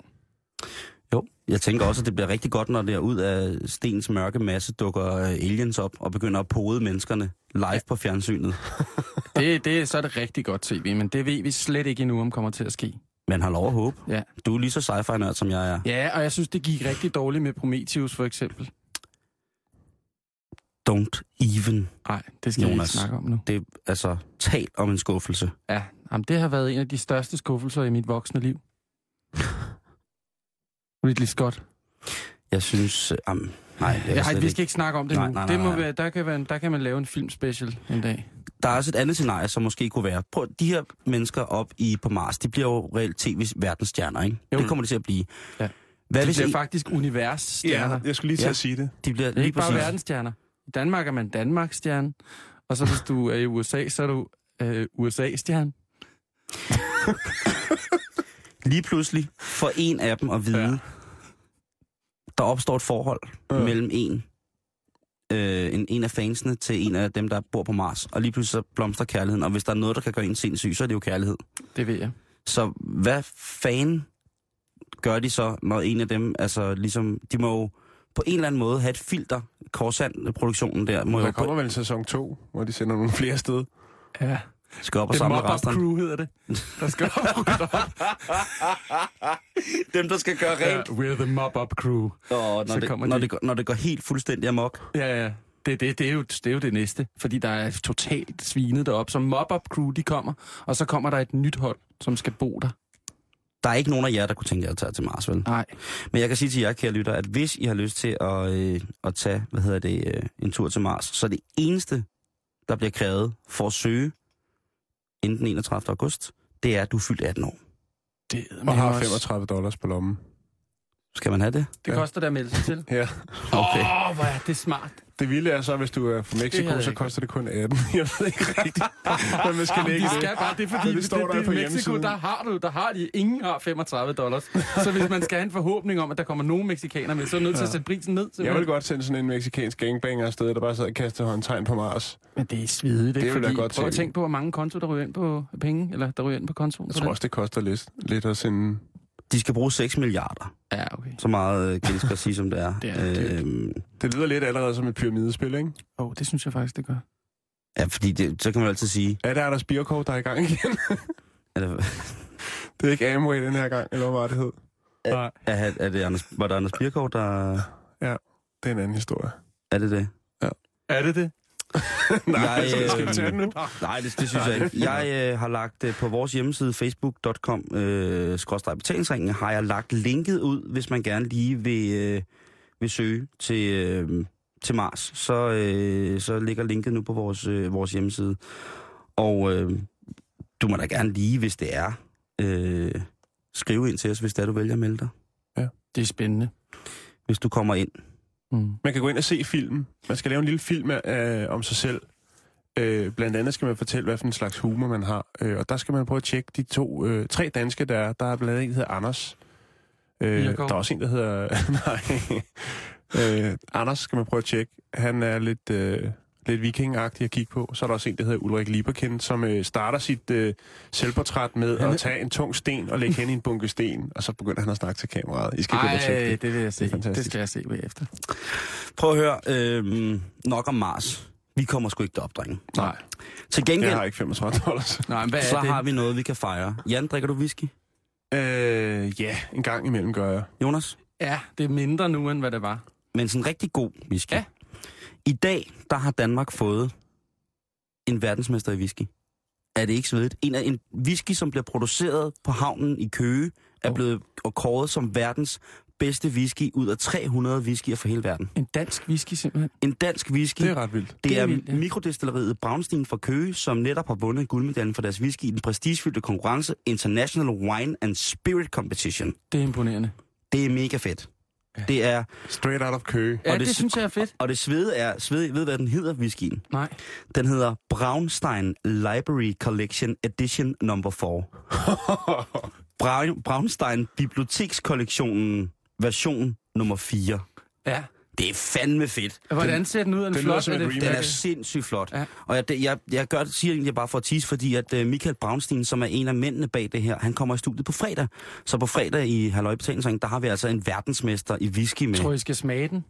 Jeg tænker også, at det bliver rigtig godt, når der ud af stens mørke masse dukker øh, aliens op og begynder at pode menneskerne live på fjernsynet. Det, det, så er det rigtig godt tv, men det ved vi slet ikke endnu, om kommer til at ske. Man har lov at håbe. Ja. Du er lige så sci-fi-nørd, som jeg er. Ja, og jeg synes, det gik rigtig dårligt med Prometheus, for eksempel. Don't even. Nej, det skal Jonas. vi Jonas. ikke snakke om nu. Det er altså tal om en skuffelse. Ja, jamen, det har været en af de største skuffelser i mit voksne liv. Ridley Scott. Jeg synes... Øh, am, nej, jeg Ja, slet ej, vi ikke. skal ikke snakke om det Nej, nu. nej, nej, det må nej. Være, der, kan være, der kan man lave en filmspecial en dag. Der er også et andet scenarie, som måske kunne være... Prøv, de her mennesker op i på Mars, de bliver jo reelt tv-verdensstjerner, ikke? Jo. Jo. Det kommer de til at blive. Ja. Hvad Det hvis bliver en- faktisk Ja, universstjerner. Ja, jeg skulle lige til Ja. at sige det. de bliver det er lige ikke bare præcis... verdensstjerner. I Danmark er man Danmarksstjerne. Og så hvis du er i USA, så er du øh, USA-stjerne. Lige pludselig får en af dem at vide, Ja. ja. der opstår et forhold ja. mellem en, øh, en, en af fansene til en af dem, der bor på Mars. Og lige pludselig så blomstrer kærligheden. Og hvis der er noget, der kan gøre en sindssyg, så er det jo kærlighed. Det ved jeg. Så hvad fanden gør de så, når en af dem, altså ligesom, de må jo på en eller anden måde have et filter, Korsand-produktionen der, må Der jo kommer vel en sæson 2, hvor de sender nogle flere sted. Ja. skal op og Det samle er resterne. crew hedder det. Der skal op. Dem, der skal gøre Ja, we're the mop-up crew. Og Så når, det, kommer når, de. det, går- når det går helt fuldstændig amok, Ja, ja. Det, det, det, er jo, det er jo det næste, fordi der er totalt svinet deroppe. Så mop-up crew, de kommer, og så kommer der et nyt hold, som skal bo der. der er ikke nogen af jer, der kunne tænke jer at tage til Mars, vel? Nej, Men jeg kan sige til jer, kære lytter, at hvis I har lyst til at, øh, at tage, hvad hedder det, øh, en tur til Mars, så er det eneste, der bliver krævet for at søge inden den 31. august, det er, at du er fyldt 18 år. Det, og har 35 dollars på lommen. Skal man have det? Det koster der at melde sig til. Ja. Okay. Åh, oh, hvor er det smart. Det vilde er så, at hvis du er fra Det havde Mexico, jeg så ikke. koster det kun 18. Jeg ved ikke rigtigt, hvad man skal lægge De i det. skal bare, det er fordi, Men det, står det, der det, på i Mexico, hjemmesiden. der har du, der har de, ingen har 35 dollars. Så hvis man skal have en forhåbning om, at der kommer nogen mexikanere med, så er du nødt til at sætte prisen ned. Jeg simpelthen. vil godt sende sådan en meksikansk gangbanger afsted, der bare sad og kastede håndtegn på Mars. Men det er svidigt, Det ikke? vil jeg Fordi, godt prøv at tænke. tænke på, hvor mange konto, der ryger ind på penge, eller der ryger ind på kontoen. Jeg på tror også, det koster lidt, lidt at sende... De skal bruge 6 milliarder. den. Ja, okay. Så meget øh, kan jeg skal sige, som det er. Det er dyrt. Øhm, Det lyder lidt allerede som et pyramidespil, ikke? Åh, oh, det synes jeg faktisk, det gør. ja, fordi det, så kan man altid sige... Er det Anders Birkow, der er i gang igen? Er det, det er ikke Amway den her gang, eller hvad var det hed? Nej, er, er det Anders, var det Anders Birkov, der... det er en anden historie. Er det det? Er det det? Nej, Jeg, jeg, skal vi øh, tage den nu? Nej, det, det synes jeg ikke. Jeg øh, har lagt øh, på vores hjemmeside facebook.com øh, skråstreg betalingsringen, har jeg lagt linket ud, hvis man gerne lige vil, øh, vil søge til, øh, til Mars. Så, øh, så ligger linket nu på vores, øh, vores hjemmeside. Og øh, du må da gerne lige, hvis det er, øh, skrive ind til os, hvis det er, du vælger at melde dig. Det er spændende. Hvis du kommer ind. Mm. Man kan gå ind og se filmen. Man skal lave en lille film øh, om sig selv. Øh, blandt andet skal man fortælle, hvad for en slags humor man har. Øh, og der skal man prøve at tjekke de to, øh, tre danske, der er. Der er blandt andet en, der hedder Anders. Øh, der Birkow. er også en, der hedder... nej. øh, Anders skal man prøve at tjekke. Han er lidt, øh, lidt vikingagtig at kigge på. Så er der også en, der hedder Ulrik Lieberkind, som øh, starter sit øh, selvportræt med Han er- at tage en tung sten og lægge hen i en bunke sten. Og så begynder han at snakke til kameraet. I skal gå ind og tjekke Ej, det. det vil jeg se. Det er Det, fantastisk. det skal jeg se bagefter. Prøv at høre, øh, nok om Mars. Vi kommer sgu ikke derop, drenge. Nej. Til gengæld, Jeg har ikke 35 dollars. Nej, men hvad så er det? har vi noget, vi kan fejre. Jan, drikker du whisky? Øh, ja, en gang imellem gør jeg. Jonas? Ja, det er mindre nu, end hvad det var. men sådan rigtig god whisky. Ja. I dag, der har Danmark fået en verdensmester i whisky. Er det ikke svedigt? En, af- en whisky, som bliver produceret på havnen i Køge, er Oh. blevet og kåret som verdens bedste whisky ud af 300 whiskyer fra hele verden. En dansk whisky, simpelthen. En dansk whisky. Det er ret vildt. Det Det er er vildt, ja. mikrodestilleriet Braunstein fra Køge, som netop har vundet guldmedaljen for deres whisky i den prestigefyldte konkurrence International Wine and Spirit Competition. Det er imponerende. Det er mega fedt. Det er, Straight out of Køge. Ja, Og det, det- det synes jeg er fedt. og det svede er, svede, ved I, hvad den hedder, whiskyen? Nej. Den hedder Braunstein Library Collection Edition Number 4. Bra- Braunstein Bibliotekskollektionen version nummer 4. Ja. Det er fandme fedt. Hvordan ser den ud? Er den, den lyder flot? som Er en det, remake. Den er er det, sindssygt flot. Ja. Og jeg, det- jeg, jeg gør det, siger egentlig bare for at tease, fordi at øh, Michael Braunstein, som er en af mændene bag det her, han kommer i studiet på fredag. Så på fredag i Halløjbetalingsringen, der har vi altså en verdensmester i whisky med. tror, I skal smage den?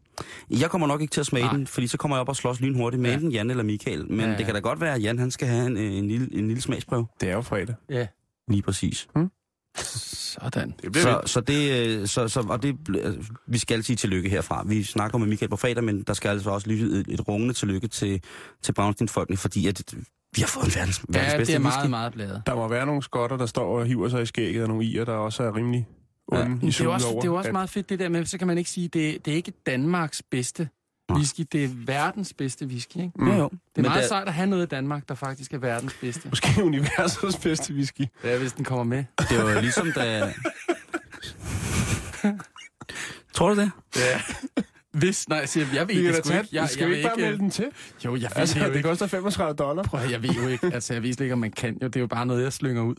Jeg kommer nok ikke til at smage Nej. den, fordi så kommer jeg op og slås lynhurtigt med Ja. enten Jan eller Michael. Men Ja, ja. det kan da godt være, at Jan han skal have en, øh, en, lille, en lille smagsprøve. Det er jo fredag. Ja. Lige præcis. Sådan. Det bliver Så, vildt. så det, øh, så, så, og det, bl- øh, vi skal sige tillykke herfra. Vi snakker med Michael på fredag, men der skal altså også lyde et, et rungende tillykke til, til Brownstein-folkene, fordi at øh, vi har fået en verdens, verdens Ja, bedste det er whisky. meget, meget bladet. Der må være nogle skotter, der står og hiver sig i skægget, og nogle ier, der også er rimelig Ja. onde ja. i Det er jo solen også, over. det er jo også at- meget fedt det der med, så kan man ikke sige, det, det er ikke Danmarks bedste Nej. whisky, det er verdens bedste whisky, ikke? Mm. Jo, jo. Det er Men meget der- sejt at have noget i Danmark, der faktisk er verdens bedste. Måske universets bedste whisky. Ja, hvis den kommer med. Det var ligesom da... Tror du det? Ja. Hvis, nej, jeg siger, jeg ved Vi kan det da sgu tage ikke. Jeg, den. Skal vi ikke bare melde den til? Jo, jeg ved Altså, det jo det ikke. koster 35 dollar. Prøv, at høre, jeg ved jo ikke. Altså, jeg ved slet ikke, om man kan jo. Det er jo bare noget, jeg slynger ud.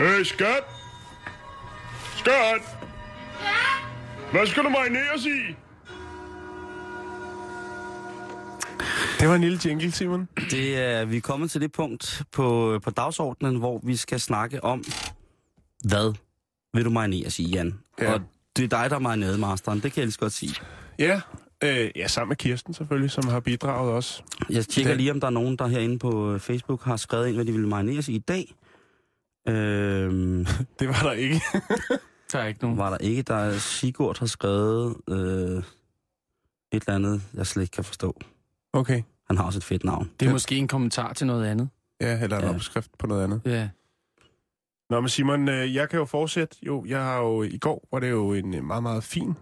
Hey, skat! Skat! Hvad skal du marineres i? Det var en lille jingle, Simon. Det er, vi er kommet til det punkt på, på dagsordenen, hvor vi skal snakke om, hvad vil du marineres i, Jan? Ja. Og det er dig, der er marinademasteren, det kan jeg lige så godt sige. Ja, øh, ja, sammen med Kirsten selvfølgelig, som har bidraget også. Jeg tjekker Den- lige, om der er nogen, der herinde på øh, Facebook har skrevet ind, hvad de ville marineres i i dag. Øhm, Det var der ikke. Der er ikke nogen. var der ikke, der er Sigurd har skrevet øh, et eller andet, jeg slet ikke kan forstå. Okay. Han har også et fedt navn. Det er måske en kommentar til noget andet. Ja, eller en Ja. ja. opskrift på noget andet. Ja. Nå, men Simon, øh, jeg kan jo fortsætte. Jo, jeg har jo, i går var det jo en øh, meget, meget fin,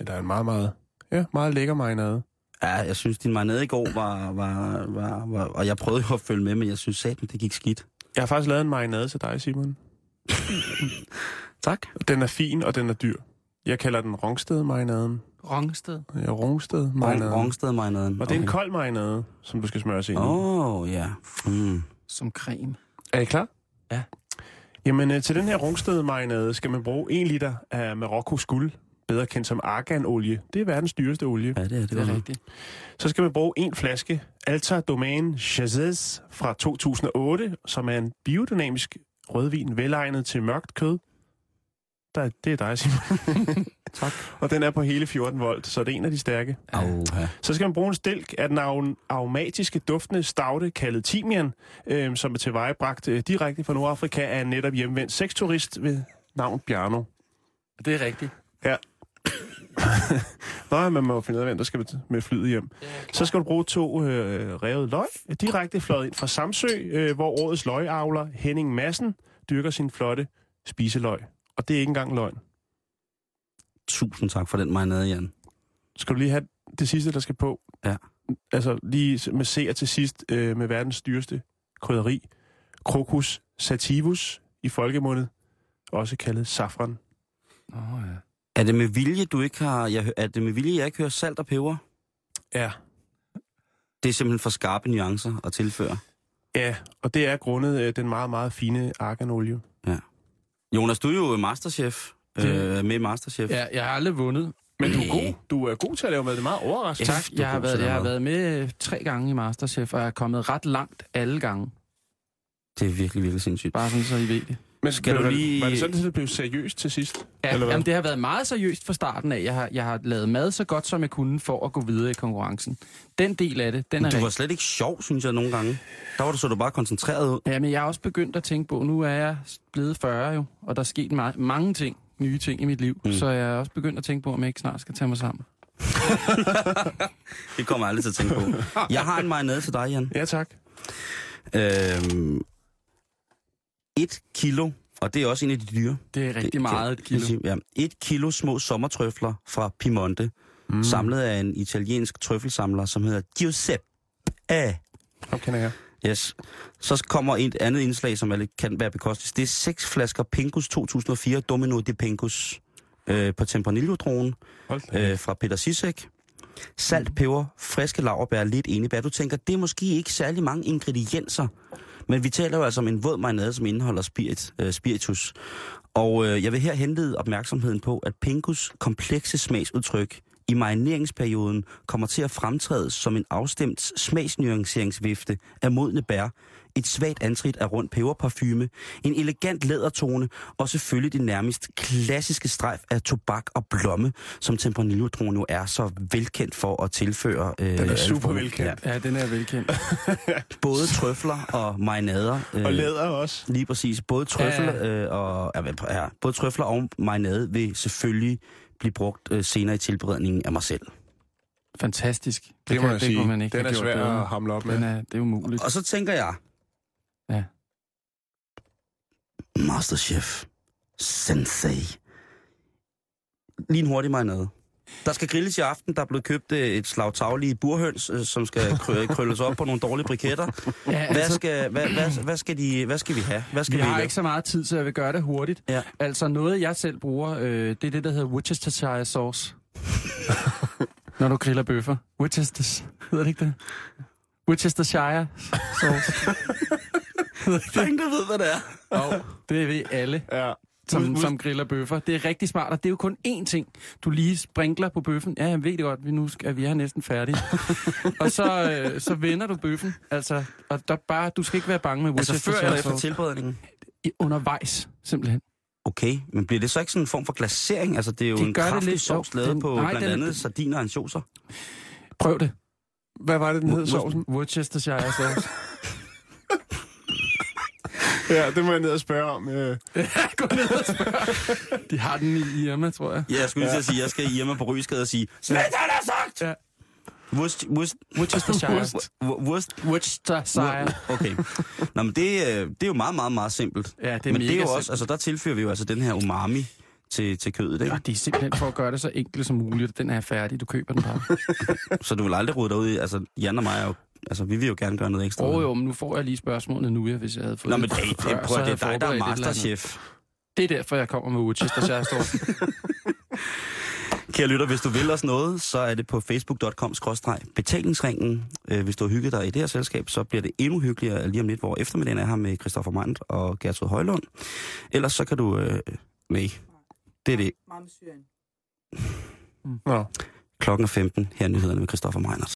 eller en meget, meget, ja, meget lækker marinade. Ja, jeg synes, din marinade i går var, var, var, var... Og jeg prøvede jo at følge med, men jeg synes satan, det gik skidt. Jeg har faktisk lavet en marinade til dig, Simon. Tak. Den er fin, og den er dyr. Jeg kalder den Rungsted-marinaden. Rongsted. Ja, Rungsted-marinaden. Rungsted marinaden. Og det er en kold marinade, som du skal smøre sig ind i. Åh, oh, ja. Mm. Som creme. Er I klar? Ja. Jamen, øh, til den her rungsted skal man bruge 1 liter af Marokkos guld, bedre kendt som arganolie. Det er verdens dyreste olie. Ja, det er det. Det er rigtigt. Så skal man bruge en flaske Alta Domain Chazes fra 2008, som er en biodynamisk rødvin velegnet til mørkt kød. Der, det er dig, Simon. Tak. Og den er på hele 14 volt, så det er en af de stærke. Auha. Så skal man bruge en stilk af den arom- aromatiske duftende stavte kaldet timian, øh, som er tilvejebragt øh, direkte fra Nordafrika af en netop hjemvendt sexturist ved navn Bjarno. Det er rigtigt. Nå, man må jo finde ud af, hvem der skal med- med flyet hjem. Så skal du bruge to øh, revet løg, direkte fløjet ind fra Samsø, øh, hvor årets løgavler Henning Madsen dyrker sin flotte spiseløg. Og det er ikke engang løgn. Tusind tak for den marinade, Jan. Skal du lige have det sidste, der skal på? Ja. Altså lige med seer til sidst øh, med verdens dyreste krydderi. Crocus sativus i folkemundet, også kaldet safran. Åh, oh, ja. Er det med vilje, du ikke har... Jeg, hø- er det med vilje, jeg ikke hører salt og peber? Ja. Det er simpelthen for skarpe nuancer at tilføre. Ja, og det er grundet øh, den meget, meget fine arganolie. Jonas, du er jo masterchef. Det- Øh, med i masterchef. ja. Jeg har aldrig vundet. Men du er god. Du er god til at lave mad. Det er meget overraskende. Tak. du er Jeg har, god til været, at jeg har lave været med øh, tre gange i Masterchef, og jeg er kommet ret langt alle gange. Det er virkelig, virkelig sindssygt. Bare sådan, så I ved det. Men Skal men du var det- lige- Var det sådan, at det blev seriøst til sidst? Ja, Eller hvad? jamen, det har været meget seriøst fra starten af. Jeg har, jeg har lavet mad så godt, som jeg kunne, for at gå videre i konkurrencen. Den del af det, den er Du var rigtig. slet ikke sjov, synes jeg, nogle gange. Der var du så du bare koncentreret ud. Ja, men jeg er også begyndt at tænke på, nu er jeg blevet 40 jo, og der er sket meget, mange ting, nye ting i mit liv. Mm. Så jeg er også begyndt at tænke på, om jeg ikke snart skal tage mig sammen. Det kommer jeg aldrig til at tænke på. Jeg har en marinade til dig, Jan. Ja, tak. Øhm, et kilo, og det er også en af de dyre. Det er rigtig det, meget et kilo. Ja, et kilo små sommertrøfler fra Piemonte, mm. samlet af en italiensk trøffelsamler, som hedder Giuseppe. Ah. Kom, kender jeg. Yes. Så kommer et andet indslag, som er lidt, kan være bekostet. Det er seks flasker Pinkus 2004 Domino de Pinkus øh, på Tempranillo-dronen Hold da. øh, fra Peter Sisek. Salt, peber, friske laverbær, lidt enebær. Du tænker, det er måske ikke særlig mange ingredienser, men vi taler jo altså om en våd marinade, som indeholder spirit, øh, spiritus. Og øh, jeg vil her henlede opmærksomheden på, at pinkus komplekse smagsudtryk i marineringsperioden kommer til at fremtræde som en afstemt smagsnuanceringsvifte af modne bær, et svagt antrit af rund peberparfume, en elegant lædertone og selvfølgelig det nærmest klassiske strejf af tobak og blomme, som tempranillo jo er så velkendt for at tilføre. Øh, Den er super alkohol. velkendt. Ja, den er velkendt. både trøfler og marinader. Øh, Og læder også. Lige præcis. Både trøfler, øh, og, ja, men prøv- ja, både trøfler og marinade vil selvfølgelig blive brugt øh, senere i tilberedningen af mig selv. Fantastisk. Det, Det må kan- jeg sige. kunne man ikke Den have er gjort svær bedre. at hamle op med. Den er, det er umuligt. Og så tænker jeg... Ja. Masterchef. Sensei. Lige en hurtig marinade. Der skal grilles i aften. Der er blevet købt øh, et slag taglige burhøns, øh, som skal krø- krølles op på nogle dårlige briketter. Ja, Hvad skal, hvad, hvad, hvad skal, de, hvad skal vi have? Hvad skal Vi vi, har lave? ikke så meget tid, så jeg vil gøre det hurtigt. Ja. Altså noget, jeg selv bruger, øh, det er det, der hedder Worcestershire sauce. Når du griller bøffer. Worcesters. Hedder det ikke det? Worcestershire sauce. Der er ingen, der ved, hvad det er. Og det ved alle, Ja. som, Ud- ud- som griller bøffer. Det er rigtig smart, og det er jo kun én ting. Du lige sprinkler på bøffen. Ja, jeg ved det godt, vi nu skal, vi er næsten færdige. og så, øh, så vender du bøffen. Altså, og der bare, du skal ikke være bange med Altså før eller Worcestershire efter sauce. tilberedningen? I- Undervejs, simpelthen. Okay, men bliver det så ikke sådan en form for glasering? Altså, det er jo Det en gør det kraftig lidt, sovs jo. lavet Den- på nej, blandt den- andet sardiner og ansjoser. Prøv det. Hvad var det, den hed, sovsen? Worcestershire sauce. Ja, det må jeg ned og spørge om. øh. Gå ned og spørg. De har den i Irma, tror jeg. Ja, jeg skulle lige til at sige, at jeg skal hjemme på Rygeskade og sige, Smet, han har sagt! Ja. Wurst, wurst, Worcestershire. wurst, wurst, Worcestershire. Okay. Nå, men det, øh, det er jo meget, meget, meget simpelt. Ja, det er men det er mega jo simpelt. også, altså der tilfører vi jo altså den her umami til, til kødet, ikke? Og det er simpelthen for at gøre det så enkelt som muligt. Den er færdig, du køber den bare. Så du vil aldrig rode dig ud i, altså Jan og mig er jo Altså, vi vil jo gerne gøre noget ekstra. Åh oh, jo, men nu får jeg lige spørgsmålet nu, ja, hvis jeg havde fået Nå, men det hey, før, prøv, så at- det havde jeg er dig, der er forberedt et eller andet. masterchef. Det er derfor, jeg kommer med Worcester Særstår. Kære lytter, hvis du vil os noget, så er det på facebook.com-betalingsringen. Øh, Hvis du har hygget dig i det her selskab, så bliver det endnu hyggeligere lige om lidt, hvor eftermiddagen er her med Christoffer Mandt og Gertrud Højlund. Ellers så kan du... Øh, nej, det er det. Nå. Klokken er 15. Her er nyhederne med Christoffer Meinert.